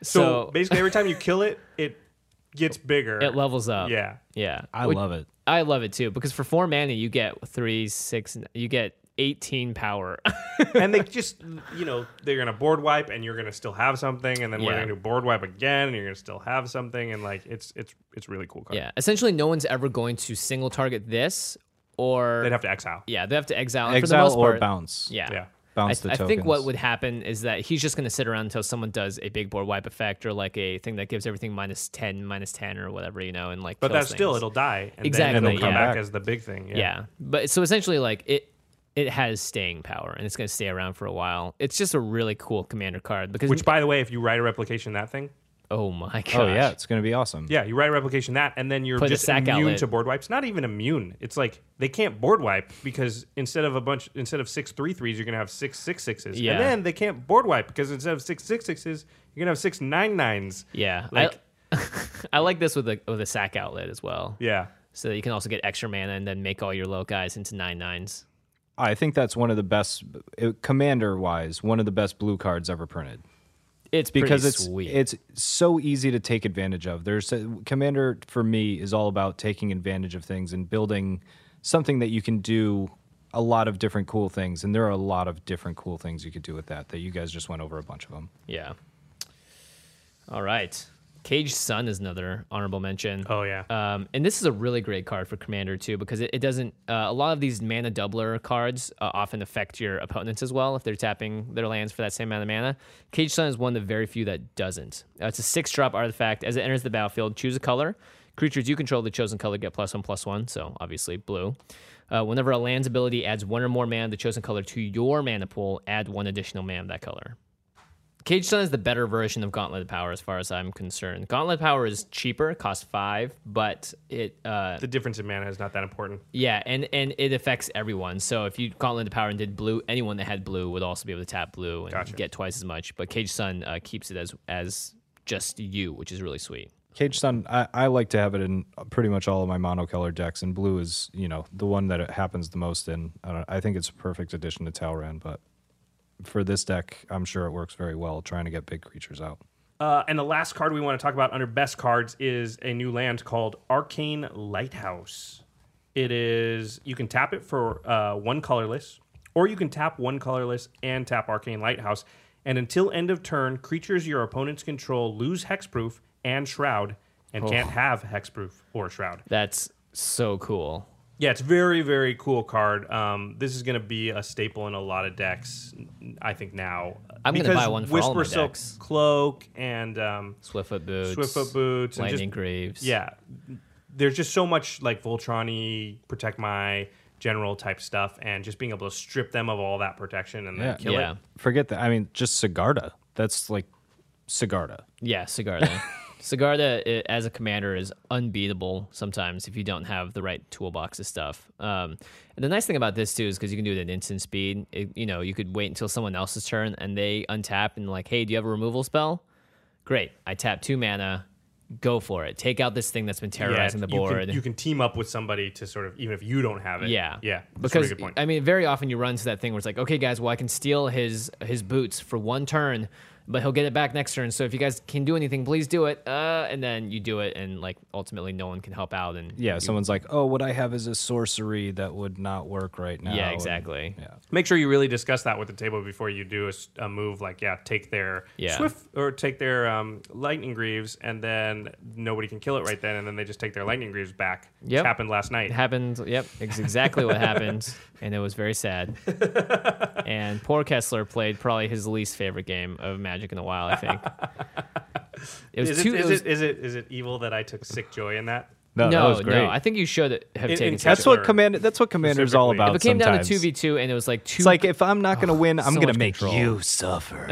so, basically every time you kill it, it gets bigger.
It levels up.
Yeah.
Yeah.
I
Which-
love it.
I love it too because for four mana you get three, six, n- you get eighteen power.
and they just you know they're gonna board wipe, and you're gonna still have something, and then we're
Yeah.
gonna do board wipe again, and you're gonna still have something, and like it's it's it's really cool card.
yeah. Essentially, no one's ever going to single target this or
They'd have to exile.
yeah they have to exile and for the
Exile
most
or
part-
bounce.
Yeah.
Yeah.
Bounce
I,
the
I think what
tokens.
would happen is that he's just going to sit around until someone does a big board wipe effect or like a thing that gives everything minus 10, minus 10 or whatever, you know, and like
But
kills
that's still
things.
it'll die, and
Exactly,
then it'll come
yeah.
back as the big thing. Yeah.
Yeah. But so essentially like it it has staying power and it's going to stay around for a while. It's just a really cool commander card because
Which, by the way, if you write a replication that thing,
oh my gosh.
Oh yeah, it's gonna be awesome.
yeah, you write a replication that, and then you're
Put a
just
sack
immune
outlet.
to board wipes. Not even immune. It's like they can't board wipe because instead of a bunch, instead of six three threes, you're gonna have six six sixes,
Yeah.
and then they can't board wipe because instead of six six sixes, you're gonna have six nine nines.
Yeah,
Like-
I, I like this with a with a sack outlet as well.
Yeah.
So that you can also get extra mana and then make all your low guys into nine nines.
I think that's one of the best, commander wise, one of the best blue cards ever printed.
It's pretty
because it's
sweet.
it's so easy to take advantage of. There's commander for me is all about taking advantage of things and building something that you can do a lot of different cool things. And there are a lot of different cool things you could do with that. That you guys just went over a bunch of them.
yeah. All right, Cage Sun is another honorable mention.
Oh yeah.
Um, and this is a really great card for Commander too because it, it doesn't. Uh, a lot of these mana doubler cards uh, often affect your opponents as well if they're tapping their lands for that same amount of mana. Cage Sun is one of the very few that doesn't. Uh, it's a six drop artifact. As it enters the battlefield, choose a color. Creatures you control the chosen color get plus one plus one. So obviously blue. Uh, whenever a land's ability adds one or more mana of the chosen color to your mana pool, add one additional mana of that color. Cage Sun is the better version of Gauntlet of Power, as far as I'm concerned. Gauntlet of Power is cheaper, costs five, but it, uh,
the difference in mana is not that important.
yeah, and and it affects everyone. So if you Gauntlet of Power and did blue, anyone that had blue would also be able to tap blue and get twice as much. But Cage Sun uh, keeps it as as just you, which is really sweet.
Cage Sun, I, I like to have it in pretty much all of my monocolor decks, and blue is you know the one that it happens the most in. I, don't, I think it's a perfect addition to Talran, but for this deck, I'm sure it works very well trying to get big creatures out.
Uh, and the last card we want to talk about under best cards is a new land called Arcane Lighthouse. It is you can tap it for uh, one colorless, or you can tap one colorless and tap Arcane Lighthouse. And until end of turn, creatures your opponents control lose hexproof and shroud, and can't have hexproof or shroud.
That's so cool.
Yeah, it's very very cool card. Um, this is going to be a staple in a lot of decks, I think now.
I'm gonna
Because
buy one for all my
Whisper Silk
decks.
Cloak and um,
Swiftfoot boots,
Swiftfoot boots and just-
lightning greaves.
yeah, there's just so much like Voltron-y, protect my general type stuff, and just being able to strip them of all that protection and then
Yeah.
kill
yeah,
it.
Forget that. I mean, just Sigarda. That's like Sigarda.
Yeah, Sigarda. Sigarda i- uh, as a commander is unbeatable sometimes if you don't have the right toolbox of stuff. Um, and the nice thing about this too is because you can do it at instant speed. It, you know, you could wait until someone else's turn and they untap and like, hey, do you have a removal spell? Great, I tap two mana, go for it. Take out this thing that's been terrorizing the board.
You can, you can team up with somebody to sort of even if you don't have it.
Yeah,
yeah. That's a
Because
really good point.
I mean, very often you run to that thing where it's like, okay, guys, well, I can steal his his boots for one turn, but he'll get it back next turn. So if you guys can do anything, please do it. Uh, and then you do it, and like ultimately, no one can help out. And
Yeah, someone's like, "Oh, what I have is a sorcery that would not work right now."
yeah,
and-
exactly.
Make sure you really discuss that with the table before you do a s- a, move. Like, yeah, take their
Yeah.
swift or take their um, lightning greaves, and then nobody can kill it right then, and then they just take their lightning greaves back.
Yep.
Which happened last night.
It happened. Yep, it's exactly what happened, and it was very sad. And poor Kessler played probably his least favorite game of Magic in the Wild. I think it was
Is it,
too.
is,
it was-
it, is it is it evil that I took sick joy in that?
No, that
no,
was great.
no. I think you should have
In-
taken.
in
such a-
that's what
Kessler
command. That's what commander's all
specifically.
about.
If it came down to
sometimes. Oh,
two v two, and it was like two.
It's like if I'm not going to win, I'm
so
going
much
to make
control.
you suffer.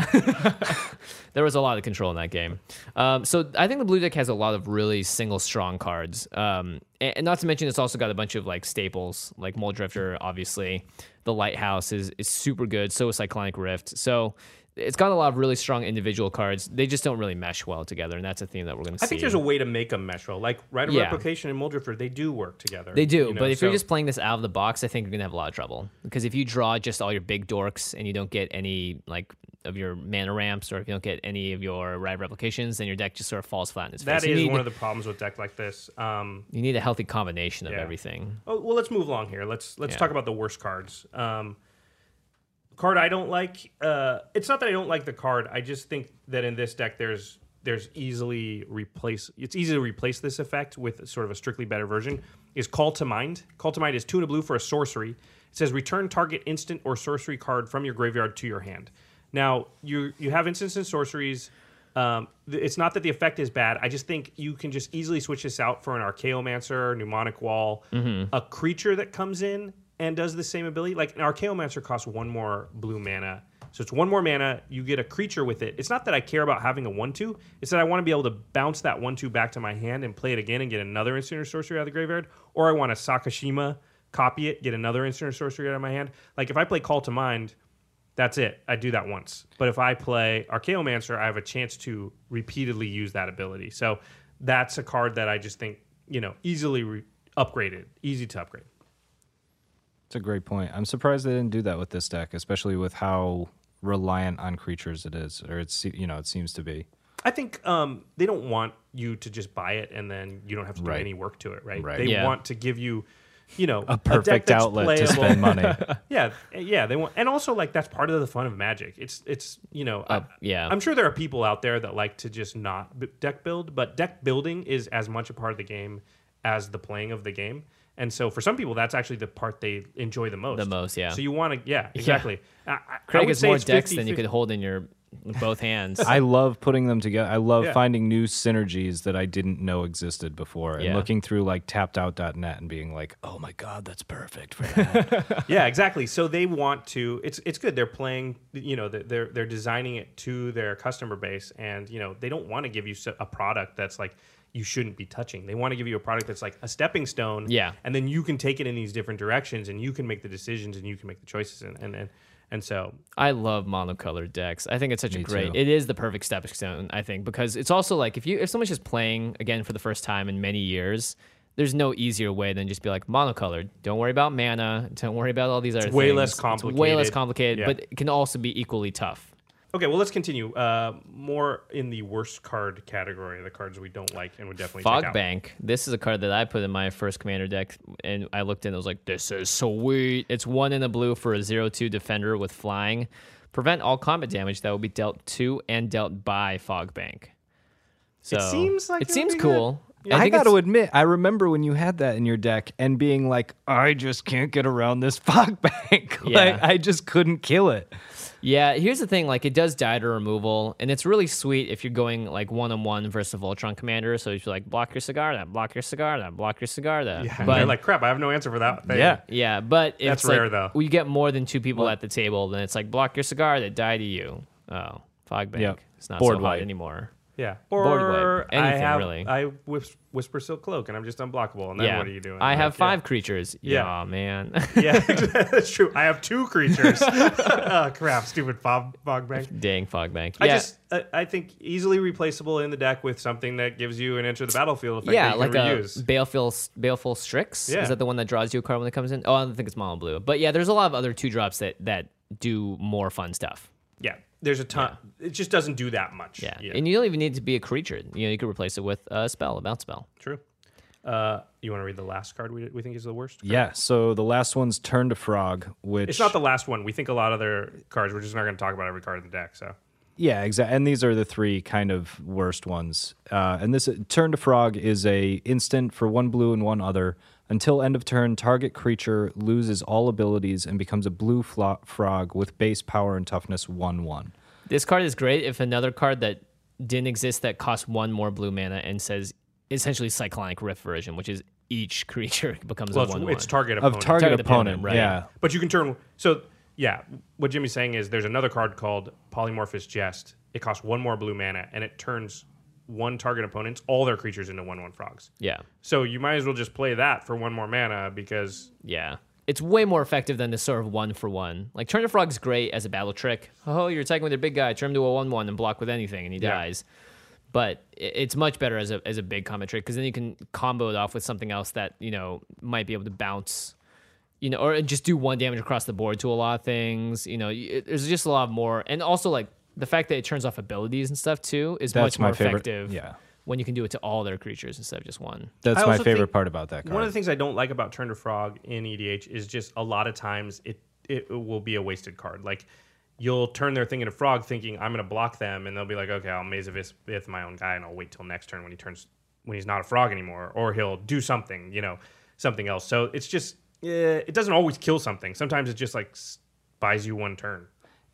there was a lot of control in that game. Um, so I think the blue deck has a lot of really single strong cards, um, and, and not to mention it's also got a bunch of like staples like Mold Drifter, obviously. The Lighthouse is is super good. So is Cyclonic Rift. So it's got a lot of really strong individual cards. They just don't really mesh well together, and that's a theme that we're going to see.
I think there's a way to make them mesh well. Like Rite of
Yeah.
Replication and Moldrifter, they do work together.
They do,
you know,
but if you're
so-
just playing this out of the box, I think you're gonna have a lot of trouble because if you draw just all your big dorks and you don't get any like of your mana ramps, or if you don't get any of your ride replications, then your deck just sort of falls flat in its face.
that
you
is
need,
one of the problems with deck like this. Um,
you need a healthy combination of
Yeah.
everything.
oh, well, let's move along here. Let's let's
Yeah.
talk about the worst cards. Um, card I don't like. Uh, it's not that I don't like the card. I just think that in this deck, there's there's easily replace. It's easy to replace this effect with sort of a strictly better version. Is Call to Mind. Call to Mind is two and a blue for a sorcery. It says return target instant or sorcery card from your graveyard to your hand. Now you you have instants and sorceries. Um, th- it's not that the effect is bad. I just think you can just easily switch this out for an Archaeomancer, Mnemonic Wall, a creature that comes in and does the same ability. Like an Archaeomancer costs one more blue mana. So it's one more mana. You get a creature with it. It's not that I care about having a 1 2. It's that I want to be able to bounce that 1 2 back to my hand and play it again and get another instant or sorcery out of the graveyard. Or I want a Sakashima, copy it, get another instant or sorcery out of my hand. Like if I play Call to Mind, that's it. I do that once. But if I play Archaeomancer, I have a chance to repeatedly use that ability. So that's a card that I just think, you know, easily re- upgraded, easy to upgrade.
It's a great point. I'm surprised they didn't do that with this deck, especially with how reliant on creatures it is, or it's you know it seems to be.
I think um, they don't want you to just buy it and then you don't have to do
Right.
any work to it, right?
Right.
They
Yeah.
want to give you, you know,
A
deck
perfect
that's
outlet to
playable.
spend money.
yeah, yeah, they want, and also like that's part of the fun of Magic. It's it's you know, I-
Uh, yeah.
I'm sure there are people out there that like to just not b- deck build, but deck building is as much a part of the game as the playing of the game. And so for some people, that's actually the part they enjoy the most.
The most, yeah.
So you want to, yeah, exactly. I- I, I
Craig
would
has
say
more
it's
decks than you
50-50.
could hold in your both hands.
I love putting them together. I love
Yeah.
finding new synergies that I didn't know existed before, and
Yeah.
looking through like tappedout.net and being like, "Oh my god, that's perfect for that."
yeah, exactly. So they want to. It's it's good. They're playing. You know, they're- they're they're designing it to their customer base, and you know they don't want to give you s- a product that's like you shouldn't be touching. They want to give you a product that's like a stepping stone.
Yeah.
and then you can take it in these different directions, and you can make the decisions, and you can make the choices, and and and, and so
I love monocolored decks. I think it's such a
Me
great.
too.
It is the perfect stepping stone, I think, because it's also like if you if someone's just playing again for the first time in many years, there's no easier way than just be like monocolored. Don't worry about mana. Don't worry about all these other.
way
things.
less
It's way less
complicated.
complicated,
Yeah.
but it can also be equally tough.
okay. Well, let's continue. Uh, more in the worst card category, the cards we don't like and would definitely
Fog
check out.
Bank. This is a card that I put in my first commander deck, and I looked in. and I was like, "This is sweet." It's one in a blue for a zero-two defender with flying. Prevent all combat damage that will be dealt to and dealt by Fog Bank. So
seems like
it
it would
seems
be good.
cool.
I,
think
got to
it's-
admit, I remember when you had that in your deck and being like, "I just can't get around this fog bank.
Yeah.
like, I just couldn't kill it."
Yeah, here's the thing. Like, it does die to removal, and it's really sweet if you're going like one on one versus a Voltron commander. So if you're like, block your cigar, that block your cigar, that block your cigar, that.
Yeah, they're like crap. I have no answer for that. Thing.
Yeah.
Yeah, but if
That's
it's, like,
rare, though.
We get more than two people at the table, then it's like block your cigar that die to you. Oh, fog bank.
Yep.
It's not
Board
so hot
wipe.
anymore.
Yeah.
Board wipe.
Or I
Anything,
have
really.
I whis- whisper silk cloak and I'm just unblockable. And then
yeah.
what are you doing?
I
Like,
have
yeah.
five creatures. Yeah,
Yeah.
man.
Yeah, that's true. I have two creatures. oh, crap, stupid fog, fog bank.
Dang fog bank.
I
yeah.
just I, I think easily replaceable in the deck with something that gives you an enter the battlefield effect.
yeah,
that you
like
can
a
reuse.
baleful baleful strix.
Yeah.
Is that the one that draws you a card when it comes in? Oh, I don't think it's mono blue. But yeah, there's a lot of other two drops that that do more fun stuff.
yeah. There's a ton. It just doesn't do that much.
Yeah. and you don't even need to be a creature. You know, you could replace it with a spell, a bounce spell.
true. Uh, you want to read the last card we, we think is the worst?
Yeah. So the last one's Turn to Frog, which
It's not the last one. We think a lot of their cards. We're just not going to talk about every card in the deck. So
Yeah, exactly. And these are the three kind of worst ones. Uh, and this turn to frog is a instant for one blue and one other. Until end of turn, target creature loses all abilities and becomes a blue flo- frog with base power and toughness one one.
This card is great if another card that didn't exist that costs one more blue mana and says essentially cyclonic rift version, which is each creature becomes
well,
a one
it's,
one.
it's target
Of
opponent.
target,
Target
opponent,
opponent, right.
Yeah,
But you can turn. So yeah, what Jimmy's saying is there's another card called Polymorphous Jest. It costs one more blue mana, and it turns one target opponent's all their creatures into one one frogs.
yeah.
So you might as well just play that for one more mana because
Yeah. It's way more effective than to serve one for one. Like Turn to Frog's great as a battle trick. Oh, you're attacking with your big guy, turn him to a one one and block with anything and he dies. But i- it's much better as a as a big combo trick because then you can combo it off with something else that, you know, might be able to bounce you know, or just do one damage across the board to a lot of things. You know, y- it, there's just a lot more, and also like the fact that it turns off abilities and stuff too is
That's
much more
my favorite-
effective.
yeah.
when you can do it to all their creatures instead of just one.
that's
I
my
also
favorite
think
part about that card.
One of the things I don't like about Turn to Frog in EDH is just a lot of times it it will be a wasted card. Like you'll turn their thing into frog, thinking I'm going to block them, and they'll be like, okay, I'll Maze of Ith my own guy, and I'll wait till next turn when he turns when he's not a frog anymore, or he'll do something, you know, something else. So it's just eh, it doesn't always kill something. Sometimes it just like s- buys you one turn.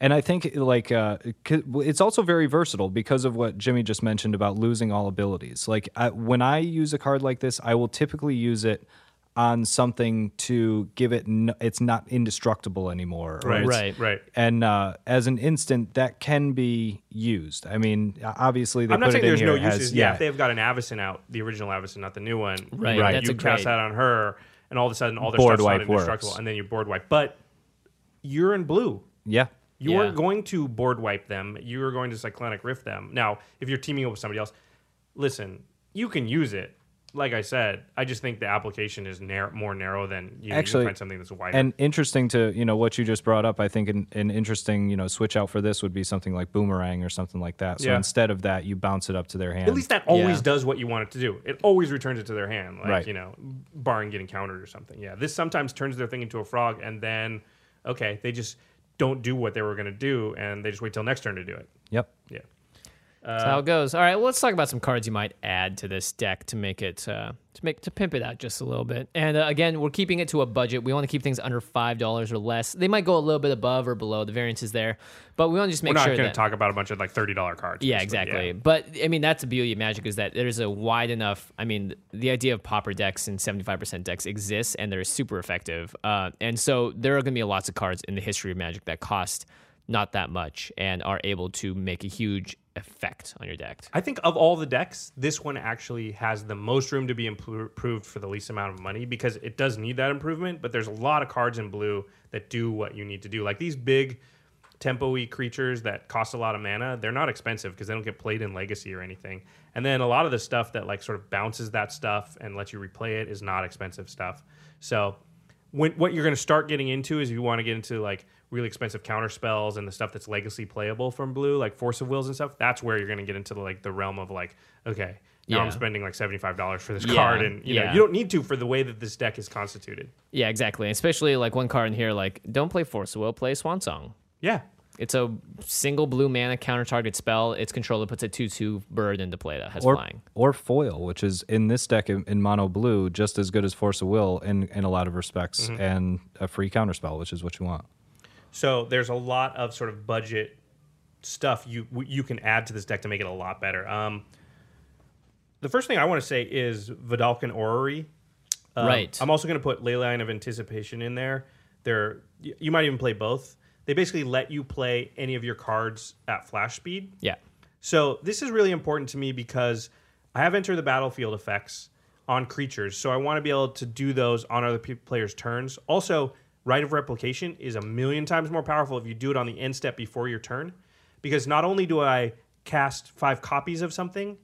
And I think like uh, c- it's also very versatile because of what Jimmy just mentioned about losing all abilities. Like I, when I use a card like this, I will typically use it on something to give it. N- it's not indestructible anymore. or
Right.
it's-
Right.
Right.
And uh, as an instant, that can be used. I mean, obviously they
I'm
put
not saying
it in
there's
here.
no
it has-
uses. yeah. if they've got an Avison out, the original Avison, not the new one.
Right,
you-
that's a
You
great-
cast that on her, and all of a sudden, all their
Board
stuff's not
wipe works.
indestructible, and then you board wipe. But you're in blue.
yeah.
You
Yeah.
aren't going to board wipe them. You are going to cyclonic rift them. Now, if you're teaming up with somebody else, listen, you can use it. Like I said, I just think the application is narrow, more narrow than you,
Actually-
you can find something that's wider.
And interesting to you know what you just brought up. I think an, an interesting you know switch out for this would be something like boomerang or something like that. So
Yeah.
instead of that, you bounce it up to their hand.
At least that always
Yeah.
does what you want it to do. It always returns it to their hand, like
Right.
you know, barring getting countered or something. Yeah, this sometimes turns their thing into a frog, and then okay, they just don't do what they were going to do, and they just wait till next turn to do it.
Yep.
Yeah,
That's how it goes. All right, well, let's talk about some cards you might add to this deck to make it uh, to make to pimp it out just a little bit. And uh, again, we're keeping it to a budget. We want to keep things under five dollars or less. They might go a little bit above or below. The variance is there, but we want to just make
we're not
sure
going
that
to talk about a bunch of like thirty dollar cards.
Yeah,
basically.
exactly. But I mean, that's the beauty of Magic is that there's a wide enough. I mean, the idea of popper decks and 75% decks exists, and they're super effective. Uh, and so there are going to be lots of cards in the history of Magic that cost not that much and are able to make a huge effect on your deck.
I think of all the decks, this one actually has the most room to be impro- improved for the least amount of money because it does need that improvement. But there's a lot of cards in blue that do what you need to do. Like these big tempo-y creatures that cost a lot of mana, they're not expensive because they don't get played in Legacy or anything. And then a lot of the stuff that like sort of bounces that stuff and lets you replay it is not expensive stuff. So when, what you're going to start getting into is you want to get into like really expensive counter spells and the stuff that's legacy playable from blue like force of wills and stuff that's where you're going to get into the, like the realm of like okay now
Yeah.
i'm spending like $75 for this
Yeah,
card and you
yeah.
know you don't need to for the way that this deck is constituted
Yeah, exactly. Especially like one card in here, like don't play Force of Will, play Swan Song.
yeah
It's a single blue mana counter target spell. Its controller puts a 2 2 bird into play that has
or,
flying.
or foil, which is in this deck in, in mono blue, just as good as Force of Will in, in a lot of respects, and a free counterspell, which is what you want.
so there's a lot of sort of budget stuff you you can add to this deck to make it a lot better um the first thing i want to say is vidalcan orrery Um,
right.
I'm also going to put Leyline of Anticipation in there. They're y- you might even play both. They basically let you play any of your cards at flash speed.
yeah.
So this is really important to me because I have entered the battlefield effects on creatures, so I want to be able to do those on other pe- players' turns. Also, right of replication is a million times more powerful if you do it on the end step before your turn, because not only do I cast five copies of something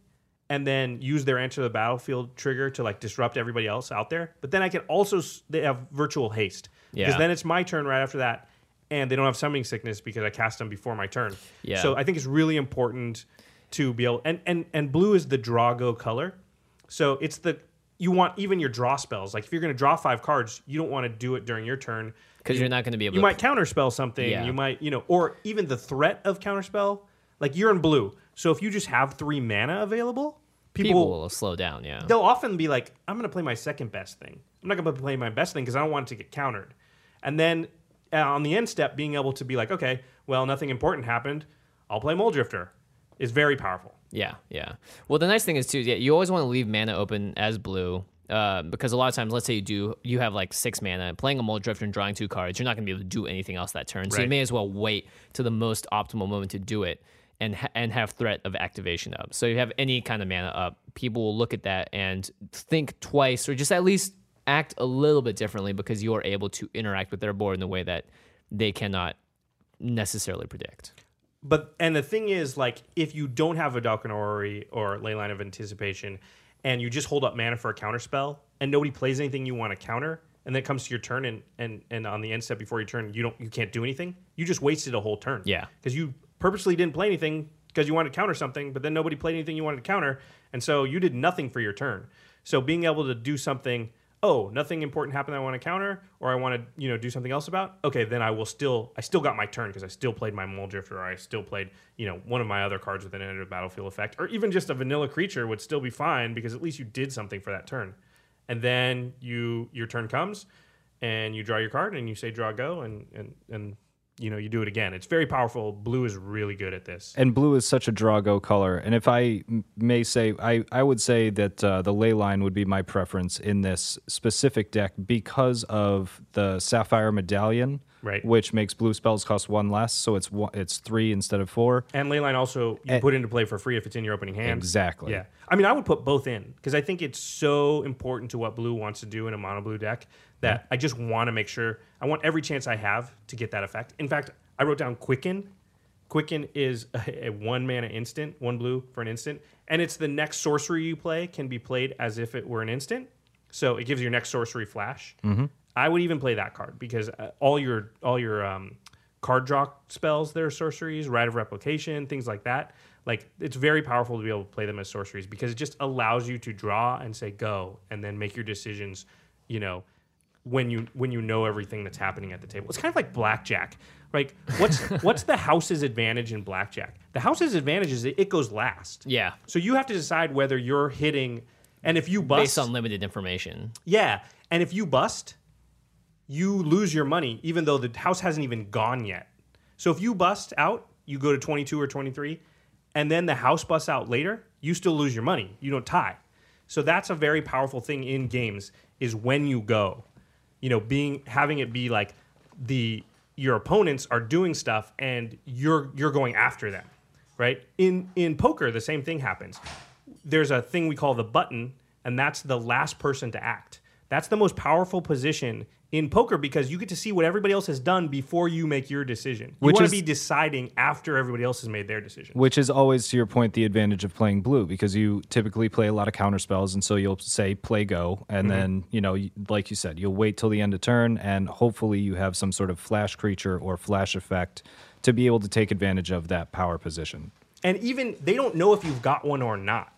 and then use their enter the battlefield trigger to like disrupt everybody else out there, but then I can also s- they have virtual haste because
Yeah.
then it's my turn right after that. And they don't have summoning sickness because I cast them before my turn.
Yeah.
So I think it's really important to be able and and and blue is the draw go color. So it's the you want even your draw spells. Like if you're going to draw five cards, you don't want to do it during your turn
because you're not going to be able.
you
to
might counterspell something.
Yeah.
You might, you know, or even the threat of counterspell. Like you're in blue, so if you just have three mana available, people,
people will slow down. Yeah.
they'll often be like, "I'm going to play my second best thing. I'm not going to play my best thing because I don't want it to get countered." And then uh, on the end step, being able to be like, "Okay, well, nothing important happened. I'll play Mole Drifter," is very powerful.
Yeah, yeah. Well, the nice thing is too, yeah, you always want to leave mana open as blue. Uh, because a lot of times, let's say you do, you have like six mana, playing a Mold Drifter and drawing two cards, you're not going to be able to do anything else that turn. So you
Right.
may as well wait to the most optimal moment to do it and ha- and have threat of activation up. So you have any kind of mana up, people will look at that and think twice or just at least act a little bit differently because you are able to interact with their board in a way that they cannot necessarily predict.
But and the thing is, like, if you don't have a Dalkanori or Leyline of Anticipation, and you just hold up mana for a counterspell, and nobody plays anything you want to counter, and then it comes to your turn, and and and on the end step before your turn, you don't you can't do anything. You just wasted a whole turn.
Yeah.
because you purposely didn't play anything because you wanted to counter something, but then nobody played anything you wanted to counter, and so you did nothing for your turn. So being able to do something. Oh, nothing important happened that I want to counter, or I want to, you know, do something else about. Okay, then I will still, I still got my turn because I still played my Mole Drifter, or I still played, you know, one of my other cards with an end of battlefield effect, or even just a vanilla creature would still be fine because at least you did something for that turn. And then you, your turn comes, and you draw your card and you say draw go and and and you know you do it again it's very powerful blue is really good at this
And blue is such a Drago color. And if I m- may say, I, I would say that uh, the ley line would be my preference in this specific deck because of the Sapphire Medallion,
Right.
which makes blue spells cost one less. So it's one, it's three instead of four.
and leyline also you put into play for free if it's in your opening hand
Exactly.
yeah i mean i would put both in because i think it's so important to what blue wants to do in a mono blue deck that i just want to make sure i want every chance i have to get that effect in fact i wrote down quicken quicken is a, a one mana instant one blue for an instant and it's the next sorcery you play can be played as if it were an instant so it gives your next sorcery flash. I would even play that card because uh, all your all your um, card draw spells, their sorceries, right of replication, things like that. Like it's very powerful to be able to play them as sorceries because it just allows you to draw and say go, and then make your decisions. You know, when you when you know everything that's happening at the table, it's kind of like blackjack. Like what's what's the house's advantage in blackjack? The house's advantage is that it goes last.
Yeah.
So you have to decide whether you're hitting, and if you bust
Based on limited information.
yeah, and if you bust, you lose your money, even though the house hasn't even gone yet. So if you bust out, you go to 22 or 23, and then the house busts out later, you still lose your money. You don't tie. So that's a very powerful thing in games is when you go, you know, being having it be like the your opponents are doing stuff and you're you're going after them, right? In in poker, the same thing happens there's a thing we call the button, and that's the last person to act. That's the most powerful position in poker because you get to see what everybody else has done before you make your decision. You
Which
want
is-
to be deciding after everybody else has made their decision.
Which is always, to your point, the advantage of playing blue because you typically play a lot of counter spells. And so you'll say play go. And then, you know, y- like you said, you'll wait till the end of turn. And hopefully you have some sort of flash creature or flash effect to be able to take advantage of that power position.
And even they don't know if you've got one or not.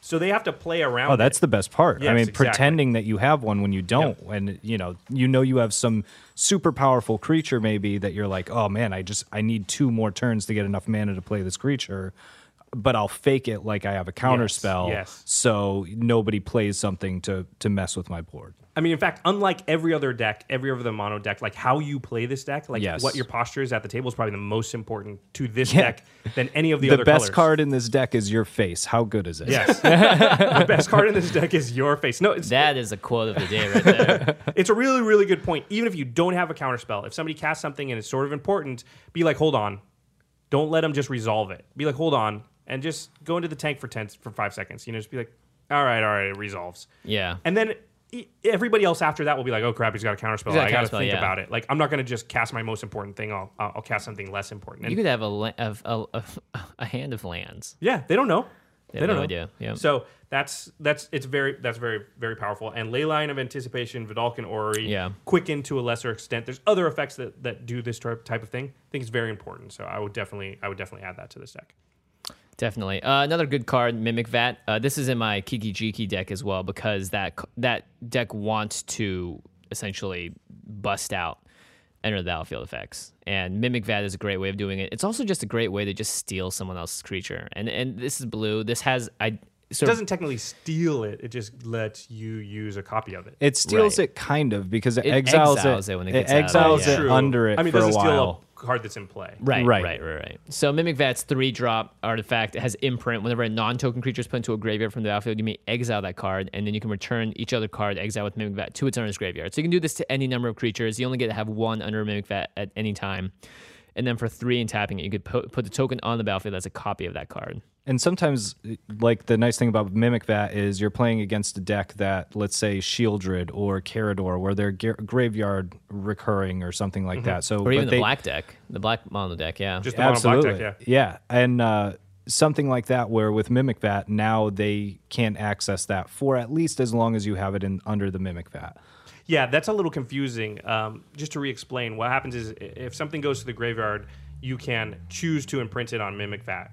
So they have to play around.
Oh, that's
it.
the best part.
Yes,
I mean,
exactly.
pretending that you have one when you don't, and you know, you know, you have some super powerful creature maybe that you're like, oh man, I just I need two more turns to get enough mana to play this creature, but I'll fake it like I have a counter spell,
yes.
so nobody plays something to to mess with my board.
I mean, in fact, unlike every other deck, every other mono deck, like how you play this deck, like
Yes.
what your posture is at the table is probably the most important to this
Yeah.
deck than any of the,
The,
other
best
colors.
card in this deck is your face. How good is it?
Yes. the best card in this deck is your face. No, it's,
That is a quote of the day right there.
It's a really, really good point. Even if you don't have a counterspell, if somebody casts something and it's sort of important, be like, hold on. Don't let them just resolve it. Be like, hold on. and just go into the tank for ten for five seconds. You know, just be like, all right, all right, it resolves.
Yeah.
And then e- everybody else after that will be like, oh crap, he's got a counterspell.
He's got a
I got to
counterspell,
think
yeah.
about it. Like, I'm not going to just cast my most important thing. I'll I'll I'll cast something less important. And
you could have a, la- of a, of a hand of lands.
yeah, they don't know.
They have
They, don't
no
know.
idea, yeah.
So that's that's it's very that's very very powerful. And ley line of anticipation, Vidalcan orrery,
Yeah.
quicken to a lesser extent. There's other effects that that do this type type of thing. I think it's very important. So I would definitely I would definitely add that to this deck.
Definitely. Uh, another good card, Mimic Vat. Uh, this is in my Kiki Jiki deck as well because that that deck wants to essentially bust out enter the battlefield effects. And Mimic Vat is a great way of doing it. It's also just a great way to just steal someone else's creature. And and this is blue. This has I
It
so
doesn't technically steal it. It just lets you use a copy of it.
It steals
Right.
it kind of because it,
It
exiles,
exiles
it.
it when it
it
gets out,
exiles
yeah.
it under it
I mean,
for
doesn't
a while.
steal a card that's in play.
Right, right,
Right.
right, right, right. So Mimic Vat's three drop artifact. It has imprint. Whenever a non-token creature is put into a graveyard from the battlefield, you may exile that card, and then you can return each other card exiled with Mimic Vat to its owner's graveyard. So you can do this to any number of creatures. You only get to have one under Mimic Vat at any time. And then for three and tapping it, you could po- put the token on the battlefield that's a copy of that card.
And sometimes, like the nice thing about Mimic Vat is you're playing against a deck that, let's say, Shieldred or Carador, where they're gra- graveyard recurring or something
Mm-hmm.
like that. So,
Or even
but
the
they-
black deck, the black mono deck, yeah.
Just the mono black
absolutely,
deck, yeah.
and uh, something like that, where with Mimic Vat now they can't access that for at least as long as you have it in under the Mimic Vat.
Yeah, that's a little confusing. Um, just to re-explain, what happens is i- if something goes to the graveyard, you can choose to imprint it on Mimic Vat,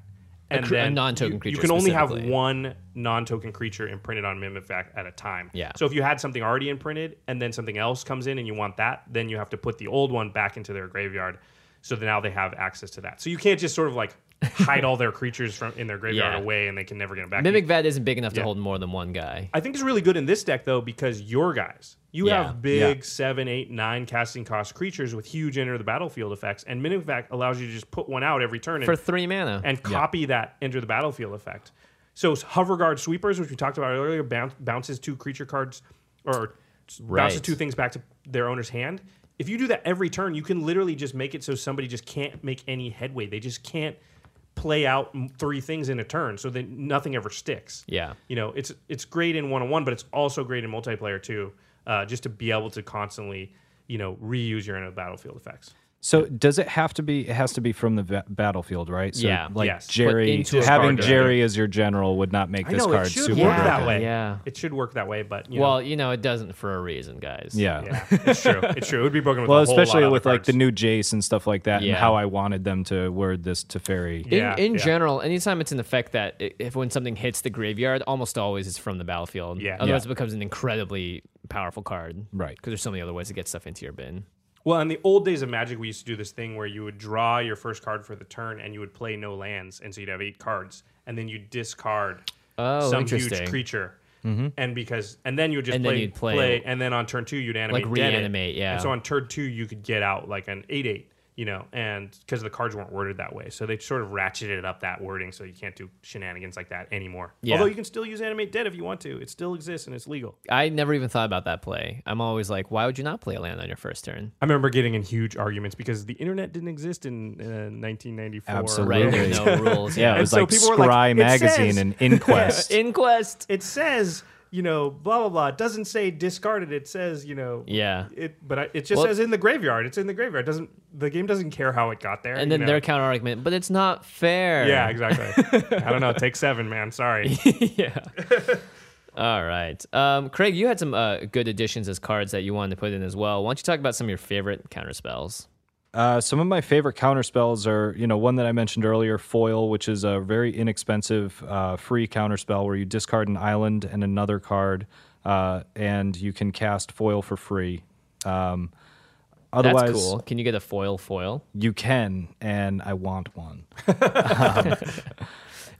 and
cr- a
then
non-token
you,
creature
You can only have
specifically.
one non-token creature imprinted on Mimic Vat at a time.
Yeah.
So if you had something already imprinted and then something else comes in and you want that, then you have to put the old one back into their graveyard. So that now they have access to that. So you can't just sort of like hide all their creatures from in their graveyard
Yeah.
away and they can never get them back.
Mimic Vat isn't big enough to
Yeah.
hold more than one guy.
I think it's really good in this deck though because your guys, you
Yeah.
have big seven, eight, nine casting cost creatures with huge enter the battlefield effects, and Mimic Vac allows you to just put one out every turn
For
and,
three mana.
and copy that enter the battlefield effect. So s- hover guard sweepers, which we talked about earlier, bounce, bounces two creature cards or s- bounces
Right.
two things back to their owner's hand. If you do that every turn, you can literally just make it so somebody just can't make any headway. They just can't play out m- three things in a turn, so that nothing ever sticks
yeah.
you know it's it's great in one on one, but it's also great in multiplayer too. Uh, just to be able to constantly, you know, reuse your end of battlefield effects.
So does it have to be? It has to be from the va- battlefield, right? So
Yeah.
like
Yes. Put
Jerry,
into a
having
card draft.
Jerry as your general would not make
I
this
know
card
it should
super
work
broken.
that way.
Yeah.
it should work that way, but you
well,
know,
you know, it doesn't for a reason, guys.
Yeah.
yeah, it's true. It's true. It would be broken with
Well,
a whole
especially
lot of
with
other
like the
cards.
new Jace and stuff like that,
Yeah.
and how I wanted them to word this to Fairy.
In,
Yeah,
in
yeah.
general, anytime it's an effect that i- if when something hits the graveyard, almost always it's from the battlefield.
Yeah.
Otherwise,
Yeah.
it becomes an incredibly powerful card.
Right.
Because there's so many other ways to get stuff into your bin.
Well, in the old days of Magic, we used to do this thing where you would draw your first card for the turn, and you would play no lands, and so you'd have eight cards, and then you would discard
Oh,
some
interesting. Mm-hmm.
huge creature. And because and then you would just
And then
play,
you'd play-
and then on turn two you'd animate
Like
dead it.
reanimate, yeah.
And so on turn two you could get out like an eight eight, you know, and because the cards weren't worded that way, so they sort of ratcheted up that wording, so you can't do shenanigans like that anymore.
Yeah.
Although you can still use animate dead if you want to, it still exists and it's legal.
I never even thought about that play. I'm always like, why would you not play a land on your first turn?
I remember getting in huge arguments because the internet didn't exist in uh, 1994.
Absolutely.
Right. There are no rules.
Yeah, it
And
was
so
like
people were like,
Scry
"It
magazine
says-
and Inquest.
Inquest.
it says you know blah blah blah. It doesn't say discarded. It says you know
Yeah.
It but I, it just
Well-
says in the graveyard. It's in the graveyard. It doesn't the game doesn't care how it got there?
And
you
then
know?
their counter argument, but it's not fair.
yeah exactly. I don't know. Take seven, man. Sorry.
yeah. All right. Um, Craig, you had some uh, good additions as cards that you wanted to put in as well. Why don't you talk about some of your favorite counter spells?
Uh, some of my favorite counter spells are, you know, one that I mentioned earlier, Foil, which is a very inexpensive uh, free counter spell where you discard an island and another card, uh, and you can cast Foil for free. Um,
That's
otherwise,
cool. Can you get a foil foil?
you can, and I want one.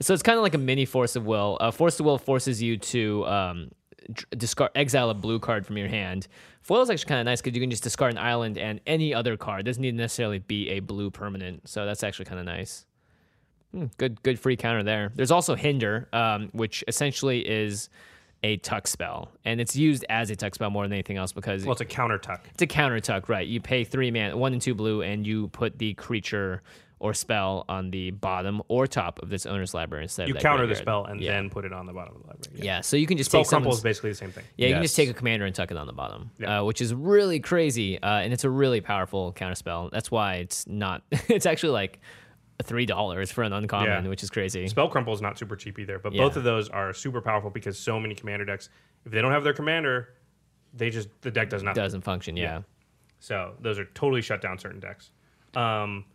So it's kind of like a mini force of will. Uh, force of will forces you to um, dr- discard, exile a blue card from your hand. Foil is actually kind of nice because you can just discard an island and any other card. Doesn't need to necessarily be a blue permanent. So that's actually kind of nice. Hmm, good, good free counter there. There's also hinder, um, which essentially is a tuck spell, and it's used as a tuck spell more than anything else because
well, it's a counter tuck.
it's a counter tuck, right? You pay three man, one and two blue, and you put the creature or spell on the bottom or top of this owner's library instead of
You
that
counter the
graveyard.
spell and
Yeah.
then put it on the bottom of the library.
Yeah, so you can just
Spell
take
crumple is
someone's
basically the same thing.
yeah, you can just
Yes.
take a commander and tuck it on the bottom,
Yeah.
uh, which is really crazy, uh, and it's a really powerful counterspell. That's why it's not. It's actually like three dollars for an uncommon,
Yeah.
which is crazy.
Spell crumple is not super cheap either, but
Yeah.
both of those are super powerful because so many commander decks, if they don't have their commander, they just the deck does not.
Doesn't function. Yeah.
So those are totally shut down certain decks. Um,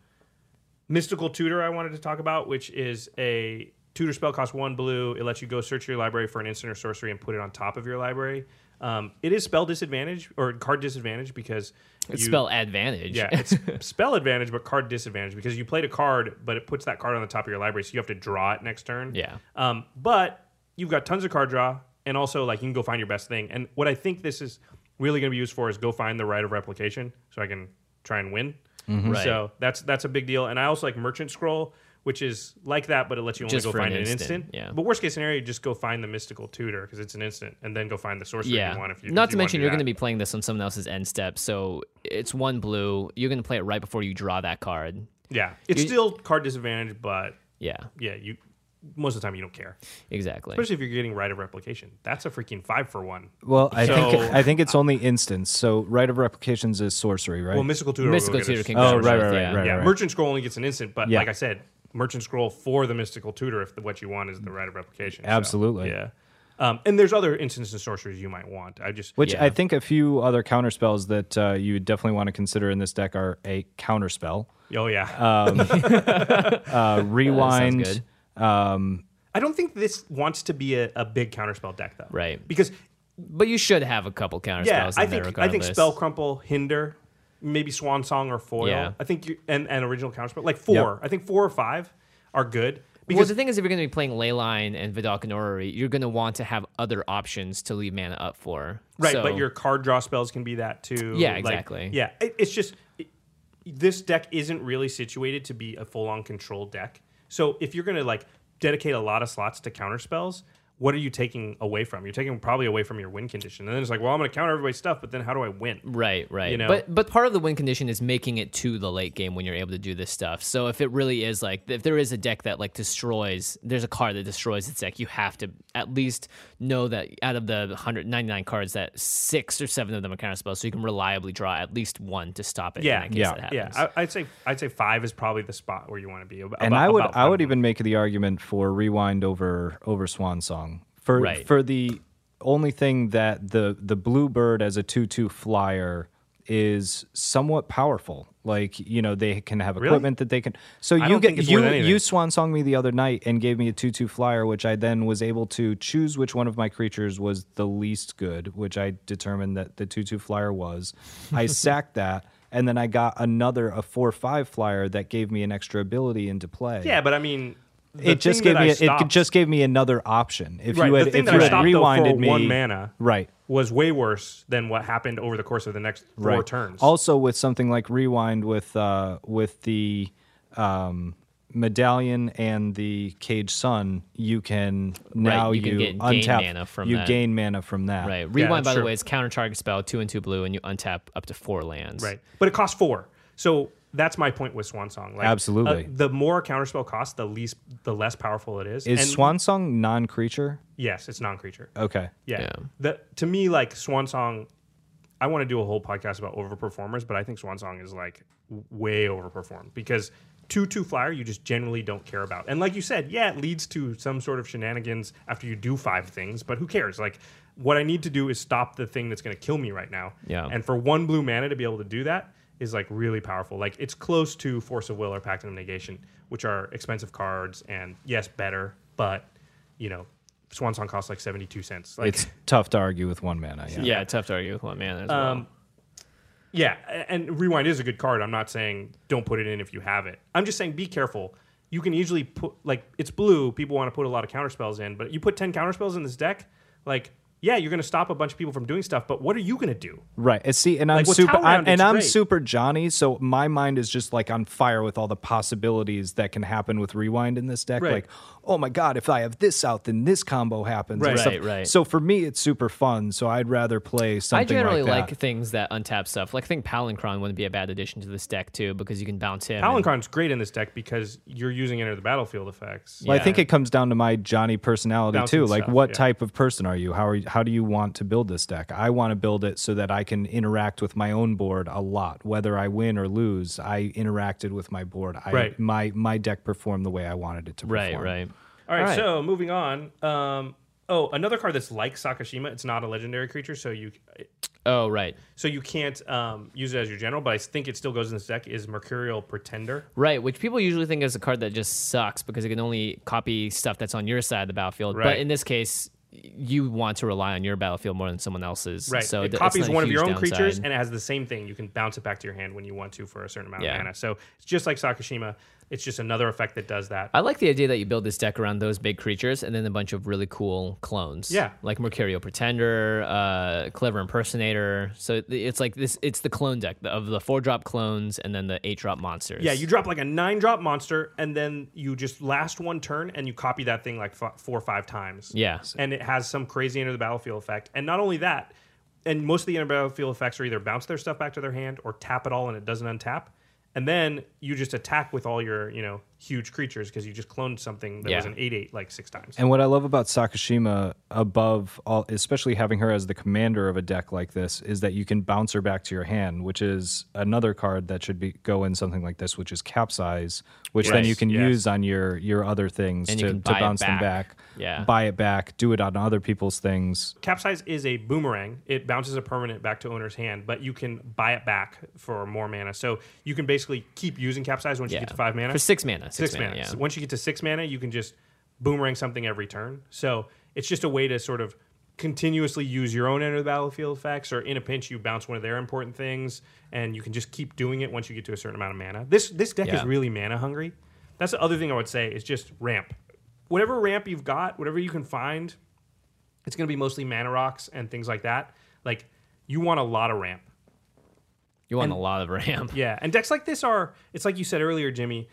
Mystical Tutor, I wanted to talk about, which is a tutor spell costs one blue. It lets you go search your library for an instant or sorcery and put it on top of your library. Um, it is spell disadvantage or card disadvantage because
It's
you-
spell advantage.
yeah, it's spell advantage, but card disadvantage because you played a card, but it puts that card on the top of your library, so you have to draw it next turn.
Yeah.
Um, but you've got tons of card draw, and also like you can go find your best thing. And what I think this is really going to be used for is go find the right of replication, so I can try and win.
Mm-hmm. Right.
So that's that's a big deal. And I also like Merchant Scroll, which is like that, but it lets you only
Just
go
for an
find an
instant,
instant.
yeah.
But worst case scenario, you just go find the Mystical Tutor because it's an instant, and then go find the sorcerer
yeah.
if you want. If you
Not
if
to
you wanna
mention,
do
you're
that.
going to be playing this on someone else's end step, so it's one blue. You're going to play it right before you draw that card.
yeah. It's
you-
still card disadvantage, but
Yeah,
yeah, you most of the time you don't care,
exactly.
especially if you're getting right of replication. That's a freaking five for one.
Well, I think
So-
I think it's only instance. So right of replications is sorcery, right?
Well, mystical tutor. will go
Mystical
get
tutor
us-
can
Oh,
go
right,
first,
right,
yeah.
right, right.
yeah, merchant scroll only gets an instant, but
Yeah.
like I said, merchant scroll for the mystical tutor if what you want is the right of replication. so,
Absolutely.
yeah. Um, and there's other instants and sorceries you might want. I just
Which
Yeah.
I think a few other counter spells that uh, you would definitely want to consider in this deck are a counter spell,
oh yeah.
uh, a rewind.
good.
I don't think this wants to be a, a big counterspell deck though.
Right.
Because
But you should have a couple counter
yeah,
spells.
I
in there
think I think
regardless.
spell crumple hinder, maybe swan song or foil.
Yeah.
I think you and, and original counterspell like four. I think four or five are good because
well, the thing is, if you're going to be playing Leyline and Vidalcan Orrery, you're going to want to have other options to leave mana up for.
Right,
So-
but your card draw spells can be that too.
Yeah,
Like,
exactly.
yeah, it- it's just it- this deck isn't really situated to be a full-on control deck. So if you're going to like dedicate a lot of slots to counter spells, what are you taking away from? You're taking probably away from your win condition. And then it's like, well, I'm going to counter everybody's stuff, but then how do I win?
Right, right.
know?
But but part of the win condition is making it to the late game when you're able to do this stuff. So if it really is like if there is a deck that like destroys, there's a card that destroys its deck. You have to at least know that out of the 199 cards, that six or seven of them are counter spells, so you can reliably draw at least one to stop it.
Yeah,
in that case
yeah,
that
Yeah,
happens.
I, I'd say I'd say five is probably the spot where you want to be. About,
and I would
about
I would
five.
even make the argument for rewind over over swan song for
Right.
for the only thing that the the bluebird as a two two flyer is somewhat powerful. Like you know they can have equipment that they can. So
don't
you
think
get
it's worth
you
anything.
you swan song me the other night and gave me a two two flyer, which I then was able to choose which one of my creatures was the least good, which I determined that the two two flyer was. I sacked that. And then I got another a four five flyer that gave me an extra ability into play
Yeah, but I mean, the
it just
thing
gave
that
me
I
it
stopped-
just gave me another option. If
Right,
you
the
had
thing
if
that
you
I
had
stopped, though, for
rewinded me
one mana.
right?
was way worse than what happened over the course of the next four
right.
turns.
Also, with something like rewind with uh, with the um, medallion and the cage sun, you can now
you can get- gain
untap
mana from
you
that.
gain mana from that.
Right. Rewind,
that's
by the
true.
way, is counter target spell, two and two blue, and you untap up to four lands.
Right. But it costs four. So that's my point with Swan Song. Like,
Absolutely.
uh, the more counterspell costs, the least, the less powerful it is.
Is
And-
swan song non creature?
Yes, it's non-creature.
Okay.
Yeah.
Yeah.
The, to me, like Swan Song, I want to do a whole podcast about overperformers, but I think Swan Song is like w- way overperformed because two two flyer you just generally don't care about. And like you said, yeah, it leads to some sort of shenanigans after you do five things, but who cares? Like what I need to do is stop the thing that's going to kill me right now.
Yeah.
And for one blue mana to be able to do that is like really powerful. Like it's close to Force of Will or Pact of Negation, which are expensive cards and yes, better, but you know, Swan Song costs like 72 cents. Like
It's tough to argue with one mana. Yeah.
Yeah, tough to argue with one mana as
Uh,
well.
Yeah, a- and rewind is a good card. I'm not saying don't put it in if you have it. I'm just saying be careful. You can easily put like it's blue. People want to put a lot of counterspells in, but you put ten counterspells in this deck, like yeah, you're going to stop a bunch of people from doing stuff, but what are you going to do?
Right. And see, and I'm
Like, with
super,
Tower
I,
Round,
and
it's
I'm
great.
super Johnny. So my mind is just like on fire with all the possibilities that can happen with rewind in this deck.
Right.
Like, oh my god, if I have this out, then this combo happens. and
Right.
stuff.
Right, right.
So for me, it's super fun. So I'd rather play
I
something
generally
like that.
like things that untap stuff. Like I think Palancron wouldn't be a bad addition to this deck too, because you can bounce him. and-
Palancron's great in this deck because you're using enter the battlefield effects.
Well, I
Yeah.
think it comes down to my Johnny personality
Bouncing
too. Like,
stuff,
what
yeah.
type of person are you? How are you, how do you want to build this deck? I want to build it so that I can interact with my own board a lot, whether I win or lose. I interacted with my board. I,
Right.
My my deck performed the way I wanted it to.
Right,
perform.
right.
All right,
All right.
so moving on. Um, oh, another card that's like Sakashima. It's not a legendary creature, so you
Oh, right.
so you can't um, use it as your general. But I think it still goes in this deck. Is Mercurial Pretender?
Right, which people usually think is a card that just sucks because it can only copy stuff that's on your side of the battlefield. But
Right.
in this case, you want to rely on your battlefield more than someone else's.
Right.
So
it
th- it's
copies
not a
one of your own
huge
creatures,
downside.
and it has the same thing. You can bounce it back to your hand when you want to for a certain amount
Yeah.
of mana. So it's just like Sakashima. It's just another effect that does that.
I like the idea that you build this deck around those big creatures and then a bunch of really cool clones.
Yeah.
Like Mercurial Pretender, uh, Clever Impersonator. So th- it's like this it's the clone deck the- of the four drop clones and then the eight drop monsters.
yeah, you drop like a nine drop monster, and then you just last one turn and you copy that thing like f- four or five times.
Yeah.
and it has some crazy enter the battlefield effect. And not only that, and most of the enter the battlefield effects are either bounce their stuff back to their hand or tap it all and it doesn't untap. And then you just attack with all your you know huge creatures because you just cloned something that was
Yeah.
an eight eight like six times.
And what I love about Sakashima, above all, especially having her as the commander of a deck like this, is that you can bounce her back to your hand, which is another card that should be go in something like this, which is Capsize, which then
Yes,
you can
yes.
use on your your other things
And you
to,
can
to
buy it
bounce them
back.
back,
Yeah.
buy it back, do it on other people's things.
Capsize is a boomerang. It bounces a permanent back to owner's hand, but you can buy it back for more mana. So you can basically keep using Capsize once
Yeah.
you get to five mana.
For six mana. Six,
six, mana.
yeah.
So once you get to six mana, you can just boomerang something every turn. So it's just a way to sort of continuously use your own end of the battlefield effects, or in a pinch, you bounce one of their important things, and you can just keep doing it once you get to a certain amount of mana. This this deck
Yeah.
is really mana hungry. That's the other thing I would say is just ramp. Whatever ramp you've got, whatever you can find, it's going to be mostly mana rocks and things like that. Like you want a lot of ramp.
you want a lot of ramp.
Yeah, and decks like this are it's like you said earlier, Jimmy.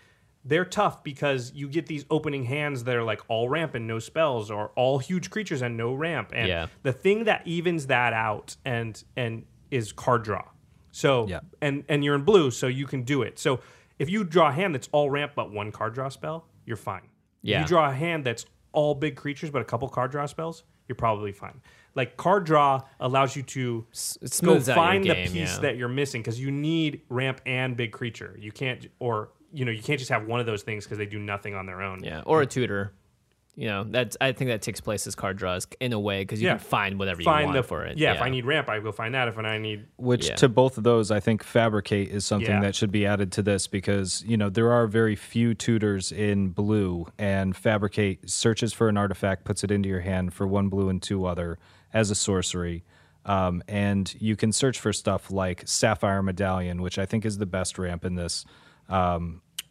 They're tough because you get these opening hands that are like all ramp and no spells, or all huge creatures and no ramp. And
Yeah.
the thing that evens that out and and is card draw. So
Yeah.
and and you're in blue, so you can do it. So if you draw a hand that's all ramp but one card draw spell, you're fine.
Yeah.
If you draw a hand that's all big creatures but a couple card draw spells, you're probably fine. Like card draw allows you to
it
go
smooths out your
find
game,
the piece
yeah.
that you're missing because you need ramp and big creature. You can't or you know you can't just have one of those things because they do nothing on their own.
Yeah, or a tutor. You know, that's I think that takes place as card draws in a way because you
Yeah.
can find whatever you
Find
want
the
for it.
Yeah, if I need ramp, I go find that. If I need
Which
Yeah.
to both of those, I think fabricate is something
Yeah.
that should be added to this because you know there are very few tutors in blue, and fabricate searches for an artifact, puts it into your hand for one blue and two other as a sorcery, um, and you can search for stuff like sapphire medallion, which I think is the best ramp in this.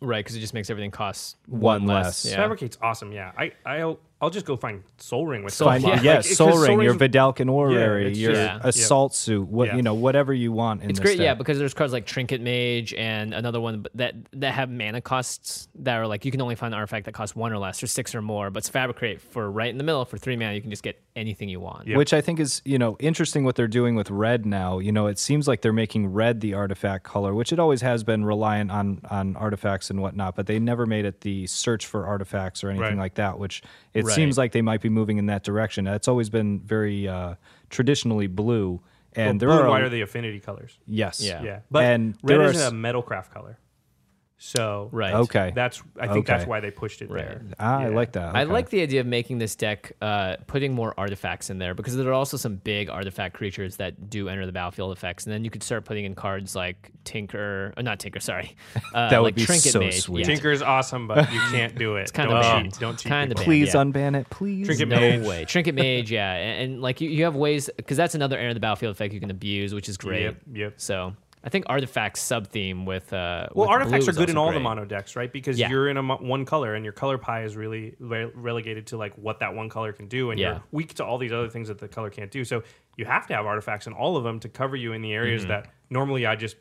right because it just makes everything cost
One
one less.
less.
Yeah.
fabricate's awesome. Yeah, I I'll I'll just go find soul ring with
Find,
Soul Block.
yeah,
Oh, Like, it- 'cause
Soul Ring, Um, your
Ring's-
Vidalcan Orrery,
it's
your
just-
Yeah.
assault suit, what
Yeah.
you know, whatever you want in
It's
this
great, yeah,
deck.
because there's cards like Trinket Mage and another one that that have mana costs that are like you can only find an artifact that costs one or less or six or more, but it's Fabricate for right in the middle for three mana. You can just get anything you want.
Yeah.
which I think is you know interesting what they're doing with red now. You know, it seems like they're making red the artifact color, which it always has been reliant on on artifacts and whatnot, but they never made it the search for artifacts or anything
Right.
like that. Which it
Right.
seems like they might be moving in that direction. That's always been very uh, traditionally blue, and there
blue
are
and
a-
white are the affinity colors.
yes,
Yeah.
Yeah, but
And
red
there are
is
s-
a metal craft color. So
Right.
Okay,
that's I think that's
Okay.
why they pushed it there.
ah, I
Yeah.
like that.
I
Okay.
like the idea of making this deck, uh, putting more artifacts in there because there are also some big artifact creatures that do enter the battlefield effects, and then you could start putting in cards like Tinker, uh, not Tinker, sorry, uh,
That would
like
be
Trinket
so
Mage.
sweet.
Yeah.
Tinker's awesome, but you can't do it.
kinda
don't
banned.
cheat. Don't cheat.
Kinda
people.
banned.
Please
yeah.
unban it, please.
Trinket
no
Mage.
way. Trinket Mage, yeah, and, and like you, you have ways because that's another enter the battlefield effect you can abuse, which is great.
Yep, yep.
So I think artifacts sub theme with uh
Well,
with
artifacts
blue
are
is
good in
also
all the
great.
mono decks, right? Because
Yeah.
you're in a mo- one color, and your color pie is really re- relegated to like what that one color can do, and
Yeah.
you're weak to all these other things that the color can't do. So you have to have artifacts in all of them to cover you in the
Mm-hmm.
areas that normally I just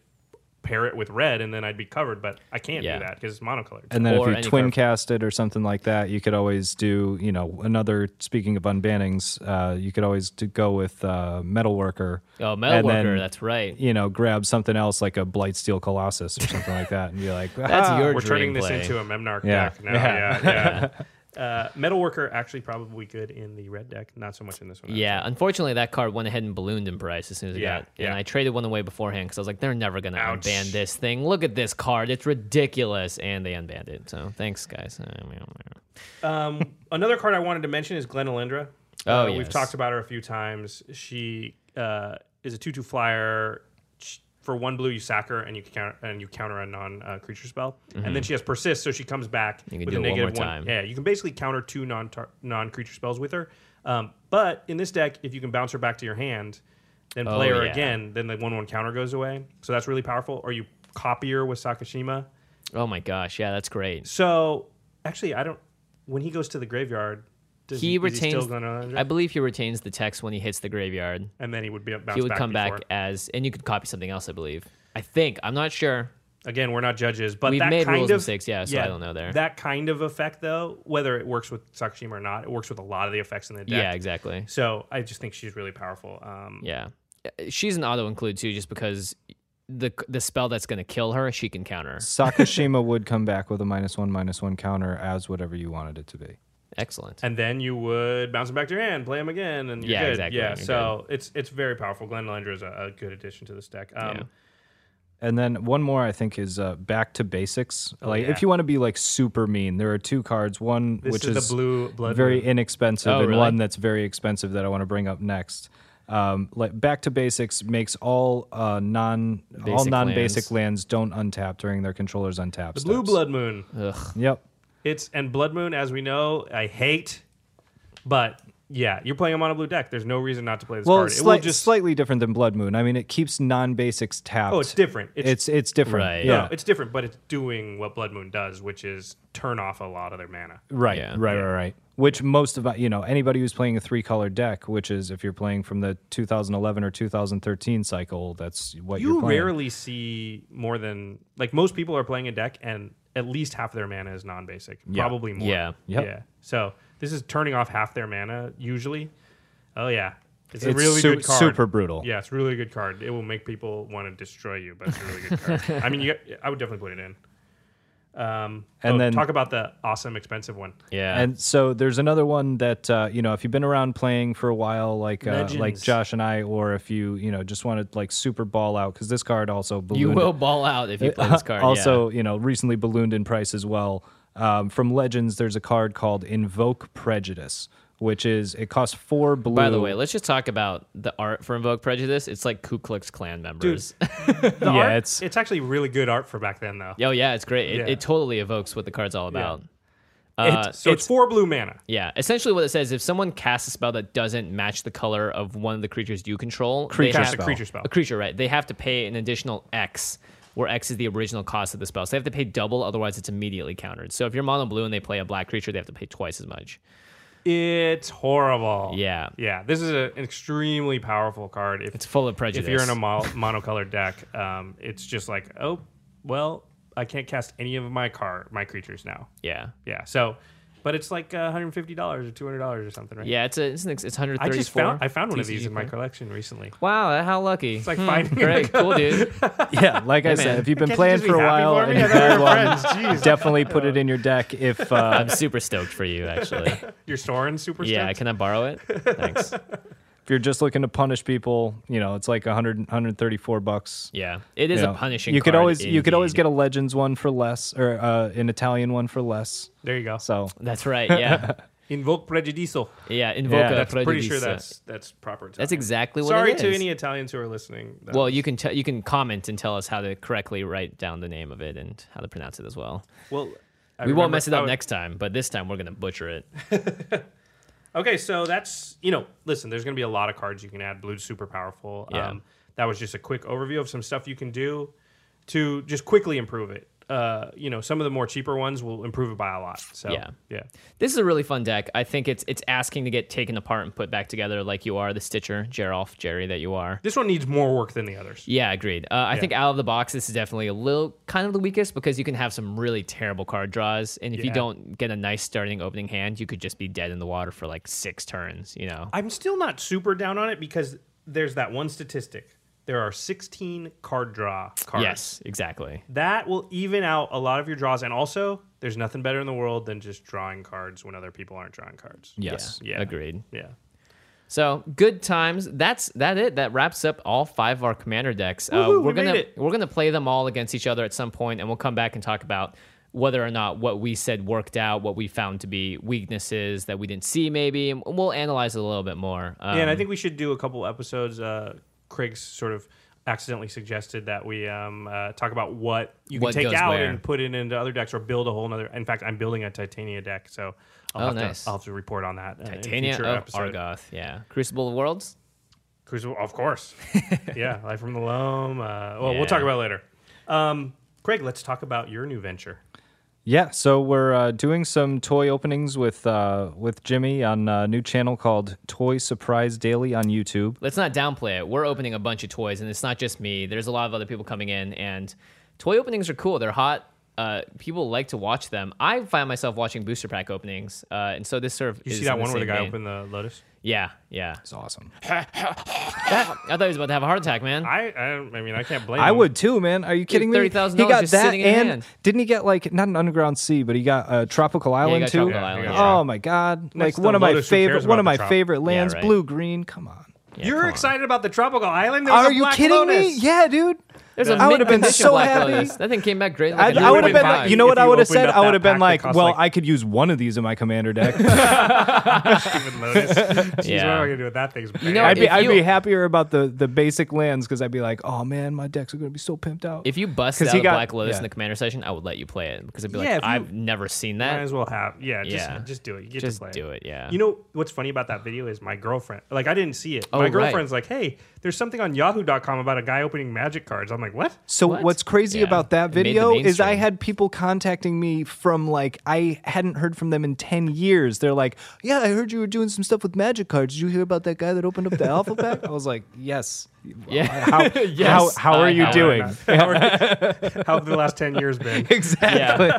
pair it with red, and then I'd be covered. But I can't
Yeah.
do that because it's monocolored.
And then
Or
if
any
you twin
curve.
cast it or something like that, you could always do, you know, another. Speaking of unbannings, uh, you could always do, go with uh, Metalworker.
Oh,
and then,
Metalworker, that's right.
You know, grab something else like a Blightsteel Colossus or something like that, and be like,
That's
"Ah."
your
We're
dream
turning this
play.
into a Memnarch
Yeah.
deck now. Yeah, yeah. Uh, Metalworker actually probably good in the red deck, not so much in this one.
Yeah, unfortunately, that card went ahead and ballooned in price as soon as it
Yeah,
got. And
yeah.
I traded one away beforehand because I was like, they're never going to
Ouch.
unban this thing. Look at this card. It's ridiculous. And they unbanned it. So thanks, guys.
Um, another card I wanted to mention is Glenn Alindra.
Oh,
uh, we've
yes.
talked about her a few times. She uh, is a two-two flyer. Sh- For one blue, you sack her and you counter and you counter a non-creature spell, and then she has persist, so she comes back
Mm-hmm. You can
with
do
a
it one more
negative
time.
Yeah, you can basically counter two non non-creature spells with her. Um, but in this deck, if you can bounce her back to your hand, then
Oh,
play her
yeah.
again, then the one-one counter goes away. So that's really powerful. Or you copy her with Sakashima.
Oh my gosh. Yeah, that's great.
So actually, I don't. When he goes to the graveyard, does
He
he, is he
retains.
still going to
I believe he retains the text when he hits the graveyard.
and then he would be bounce
he would
back
come
before.
back as. And you could copy something else, I believe. I think. I'm not sure.
Again, we're not judges, but
We've
that
made
kind
rules
of
and mistakes, yeah, so I don't know there.
That kind of effect, though, whether it works with Sakashima or not, it works with a lot of the effects in the deck.
Yeah, exactly.
So I just think she's really powerful. Um,
Yeah. Uh, She's an auto include too, just because the the spell that's going to kill her, she can counter.
Sakashima would come back with a minus one, minus one counter as whatever you wanted it to be.
Excellent.
And then you would bounce him back to your hand, play him again, and you're
Yeah,
good.
exactly,
Yeah,
you're
so it's it's very powerful. Glenn Melendra is a, a good addition to this deck. Um,
Yeah.
And then one more, I think, is uh, back to basics. like,
Oh, yeah.
if you want to be like super mean, there are two cards. One
This
which
is
is,
the blue blood
very
moon.
inexpensive,
Oh,
and
really?
one that's very expensive that I want to bring up next. Um, like back to basics makes all uh, non all
Basic
non basic lands. don't untap during their controller's untap.
The Blue Blood Moon.
Yep.
It's and Blood Moon, as we know, I hate, but yeah, you're playing him on a blue deck. There's no reason not to play this
Well,
card.
it's
it will
slight-
just
slightly different than Blood Moon. I mean, it keeps non basics tapped.
oh, it's different. It's,
It's it's different.
Right.
Yeah.
no, it's different, but it's doing what Blood Moon does, which is turn off a lot of their mana.
Right,
Yeah.
right, right, right. Which most of you know anybody who's playing a three color deck, which is if you're playing from the 2011 or 2013 cycle, that's what
You
are playing.
rarely see more than like most people are playing a deck, and at least half their mana is non-basic, probably more.
Yeah.
Yep.
yeah. So this is turning off half their mana usually. Oh yeah, it's, a
It's
really
su-
good card.
super brutal.
Yeah, it's a really good card. It will make people want to destroy you, but it's a really good card. I mean, you I would definitely put it in. Um,
And
oh,
then-
talk about the awesome expensive one.
Yeah.
And so there's another one that uh, you know if you've been around playing for a while, like uh, like
Legends.
Josh and I, or if you you know just want to like super ball out because this card also
you
ballooned,
will ball out if you play this card.
Uh, also you know recently ballooned in price as well. Um, from Legends, there's a card called Invoke Prejudice, which is it costs four blue.
By the way, let's just talk about the art for Invoke Prejudice. It's like Ku Klux Klan members.
The
Yeah,
art,
it's-
it's actually really good art for back then though.
oh yeah, it's great. It,
Yeah.
it totally evokes what the card's all about.
It's-
Uh,
so it's, four blue mana.
yeah, essentially what it says: if someone casts a spell that doesn't match the color of one of the creatures you control, they
Creature
have-
Cast a
spell.
creature spell.
a creature, right? They have to pay an additional X, where X is the original cost of the spell. So they have to pay double, otherwise it's immediately countered. So if you're mono blue and they play a black creature, they have to pay twice as much.
It's horrible.
Yeah.
yeah. This is a, an extremely powerful card. If
It's full of prejudice.
if you're in a mo- monocolored deck, um, it's just like oh well, I can't cast any of my car my creatures now.
yeah,
Yeah. So, but it's like uh, $150 or $200 or something, right?
yeah, it's a, it's, an, ex- it's 134.
I just found I found one of
TCG
these in my
card.
collection recently.
Wow, how lucky! It's
like finding a
great, cool dude.
yeah, like I
Hey, man.
said, if you've
Can't
been
you
playing
just be
for a
happy
while
for
and
me?
you
I thought we
had
were
one,
friends. Jeez.
definitely put it in your deck if uh,
I'm super stoked for you, actually.
You're storing super
yeah,
stuff?
can I borrow it? Thanks.
if you're just looking to punish people. You know, it's like 100, 134 bucks.
Yeah, it
You
is
know,
a punishing.
You could
card,
always you could always
indeed.
get a Legends one for less or uh, an Italian one for less.
There you go.
So
That's right. Yeah,
Invoke Prejudicio.
yeah. Invoca
Yeah,
That's pretty sure
Prejudicia.
that's that's proper. Italian.
That's exactly what
Sorry
it is.
to any Italians who are listening. That-
Well, you can tell you can comment and tell us how to correctly write down the name of it and how to pronounce it as well.
well, I
we won't
remember-
mess it up
oh,
next time, but this time we're gonna butcher it.
Okay, so that's you know, listen. There's going to be a lot of cards you can add. Blue's super powerful.
Yeah.
Um, That was just a quick overview of some stuff you can do to just quickly improve it. Uh, you know, some of the more cheaper ones will improve it by a lot. So
Yeah.
yeah.
This is a really fun deck. I think it's it's asking to get taken apart and put back together like you are the Stitcher, Gerolf, Jerry that you are.
This one needs more work than the others.
Yeah, agreed. Uh, I think out of the box, this is definitely a little kind of the weakest because you can have some really terrible card draws, and if you
Yeah.
don't get a nice starting opening hand, you could just be dead in the water for like six turns. You know,
I'm still not super down on it because there's that one statistic. There are 16 card draw cards.
yes, exactly.
That will even out a lot of your draws. And also, there's nothing better in the world than just drawing cards when other people aren't drawing cards.
Yes.
yeah,
Yeah.
agreed.
Yeah.
So good times. That's that it. That wraps up all five of our commander decks. Uh,
Woohoo,
we're
we
gonna
made it.
we're gonna play them all against each other at some point, and we'll come back and talk about whether or not what we said worked out, what we found to be weaknesses that we didn't see, maybe, and we'll analyze it a little bit more. Um,
yeah, and I think we should do a couple episodes. Uh, Craig's sort of accidentally suggested that we um, uh, talk about what you can
What
take
goes
out
where.
and put it into other decks or build a whole nother. In fact, I'm building a Titania deck, so I'll,
Oh,
have,
nice.
to, I'll have to report on that. uh, in
Titania
future
of
episode.
Argoth, yeah, Crucible of Worlds.
Crucible, of course. yeah, Life from the Loam. Uh, well,
Yeah.
we'll talk about it later. Um, Craig, let's talk about your new venture.
Yeah, so we're uh, doing some toy openings with uh, with Jimmy on a new channel called Toy Surprise Daily on YouTube.
Let's not downplay it. We're opening a bunch of toys, and it's not just me. There's a lot of other people coming in, and toy openings are cool. They're hot. Uh, people like to watch them. I find myself watching booster pack openings, uh, and so this sort of
You
is
see that
in
one where
same
the guy
vein.
opened the Lotus?
Yeah, yeah.
It's awesome.
I thought he was about to have a heart attack, man.
I, I, don't- I mean, I can't blame.
I
him.
would too, man. Are you kidding me?
$30,000
He got
just
that
sitting in
and
hand.
didn't he get like not an underground sea, but he got a tropical island
got
too.
Tropical Island,
Yeah,
yeah.
Oh my
Next
god! like
to
one of my
Lotus, who cares
favorite one of
about
my
the trop-
favorite lands,
right.
blue green. Come on.
Yeah,
You're
come on.
excited about the tropical island? There was
Are
a
you
Black
kidding me?
Lotus.
Yeah, dude.
There's a
I would've
mint
been
condition
so
Black
happy.
Lotus. That thing came back great.
I,
Like
I would
would've
have been
been
like,
fine
you know
if
what I
you
would have
opened
said?
up
I
that
would have been
pack that
like,
cost
well,
like-
I could use one of these in my commander deck.
Stupid Lotus. Jeez,
Yeah.
what am I gonna do with that thing's
know,
I'd be
If
I'd
you-
be happier about the the basic lands because I'd be like, oh man, my decks are gonna be so pimped out.
If you busted out
'Cause he
a
got-
Black Lotus
yeah.
in the commander session, I would let you play it because I'd be
Yeah,
like,
if you-
I've never seen
Might
that.
as well have. Yeah, just
Yeah.
just do it. You get
Just
to play
do it, yeah.
You know what's funny about that video is my girlfriend. Like I didn't see it.
Oh,
my
right.
girlfriend's like, "Hey, there's something on Yahoo.com about a guy opening Magic cards." I'm like, "What?"
So
What?
what's crazy
Yeah.
about that
It made the
video is I
mainstream.
had people contacting me from like I hadn't heard from them in 10 years. They're like, "Yeah, I heard you were doing some stuff with magic cards. Did you hear about that guy that opened up the alpha pack?" I was like, "Yes."
Yeah.
How
Yes.
how, how are
I
you
have.
doing?
How have the last ten years been?
exactly.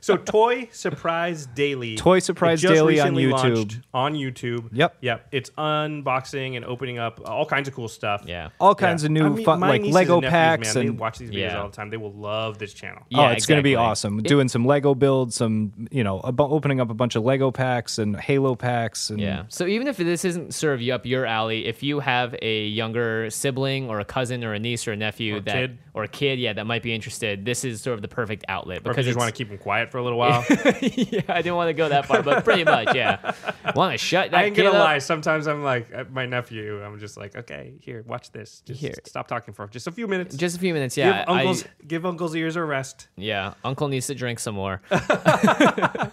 So Toy Surprise Daily.
Toy Surprise
It just
Daily on
recently
YouTube.
launched On YouTube.
Yep.
Yep. It's unboxing and opening up all kinds of cool stuff.
Yeah.
All kinds of new
I mean,
fun,
my
like
nieces
Lego
and nephews,
packs
man, they
and
watch these videos
Yeah.
all the time. They will love this channel.
Yeah,
oh, it's going to be
exactly.
awesome. Doing some Lego builds, some, you know, ab- opening up a bunch of Lego packs and Halo packs and
Mm.
Yeah. So even if this isn't serve you up your alley, if you have a younger sibling or a cousin or a niece or a nephew that
kid.
or a kid, yeah, that might be interested, this is sort of the perfect outlet
Or if you
because
just
it's-
want to keep them quiet for a little while.
yeah, I didn't want to go that far, but pretty much, yeah. Want to shut that
I ain't
kid
gonna
up?
lie. Sometimes I'm like uh, my nephew. I'm just like, okay, here, watch this. Just
Here.
stop talking for just a few minutes.
Just a few minutes,
give
yeah. I-
uncle's give uncle's ears a rest.
yeah, Uncle needs to drink some more.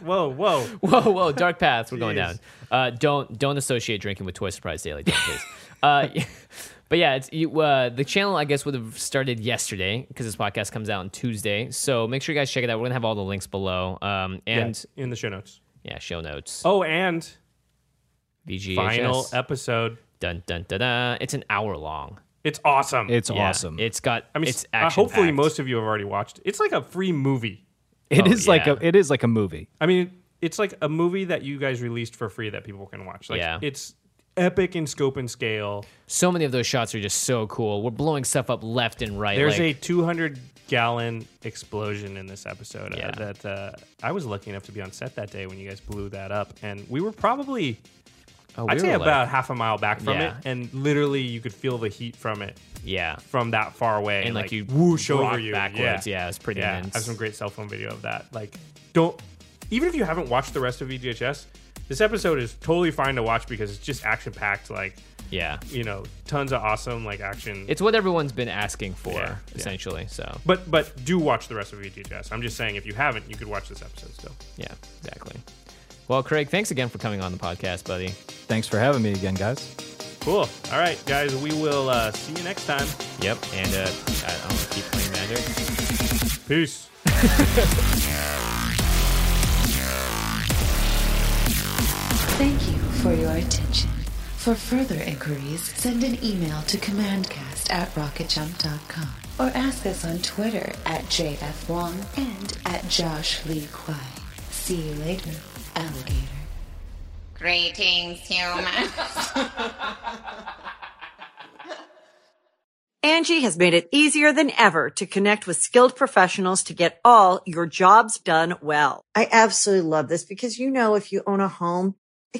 Whoa, whoa.
whoa, whoa, dark paths. We're going down.
Jeez.
Uh, don't don't associate drinking with Toy Surprise Daily, Dan, please. uh, but yeah, it's you, uh, the channel. I guess would have started yesterday because this podcast comes out on Tuesday. So make sure you guys check it out. We're gonna have all the links below. Um, and
Yeah, in the show notes.
yeah, show notes.
Oh, and
VGHS.
final episode.
Dun dun dun dun. It's an hour long.
It's awesome.
it's
Yeah,
awesome.
It's got.
I mean,
it's
uh,
action.
hopefully most of you have already watched. It's like a free movie.
It
Oh,
is like
yeah.
a it is like a movie.
I mean, it's like a movie that you guys released for free that people can watch. Like
Yeah.
it's epic in scope and scale.
so many of those shots are just so cool. We're blowing stuff up left and right.
There's
like,
a 200 gallon explosion in this episode uh,
Yeah.
that uh, I was lucky enough to be on set that day when you guys blew that up, and we were probably
oh, we
I'd say
were like-
about half a mile back from
Yeah.
it, and literally you could feel the heat from it
yeah.
from that far away,
And, like, you
whoosh
rock
over you
backwards. Yeah, it was pretty
Yeah,
intense.
I have some great cell phone video of that. Like, don't even if you haven't watched the rest of VGHS, this episode is totally fine to watch because it's just action packed. Like,
Yeah.
you know, tons of awesome like action.
It's what everyone's been asking for,
Yeah, yeah.
essentially. So
but but do watch the rest of VGHS. I'm just saying if you haven't, you could watch this episode still.
Yeah, exactly. Well, Craig, thanks again for coming on the podcast, buddy.
Thanks for having me again, guys.
Cool. All right, guys, we will uh, see you next time.
Yep. And uh, I, I'm gonna keep playing Magic.
Peace.
Thank you for your attention. For further inquiries, send an email to commandcast at rocketjump.com or ask us on Twitter at JF Wong and at Josh Lee Kwai. See you later, alligator.
Greetings, humans.
Angie has made it easier than ever to connect with skilled professionals to get all your jobs done well. I absolutely love this because, you know, if you own a home, it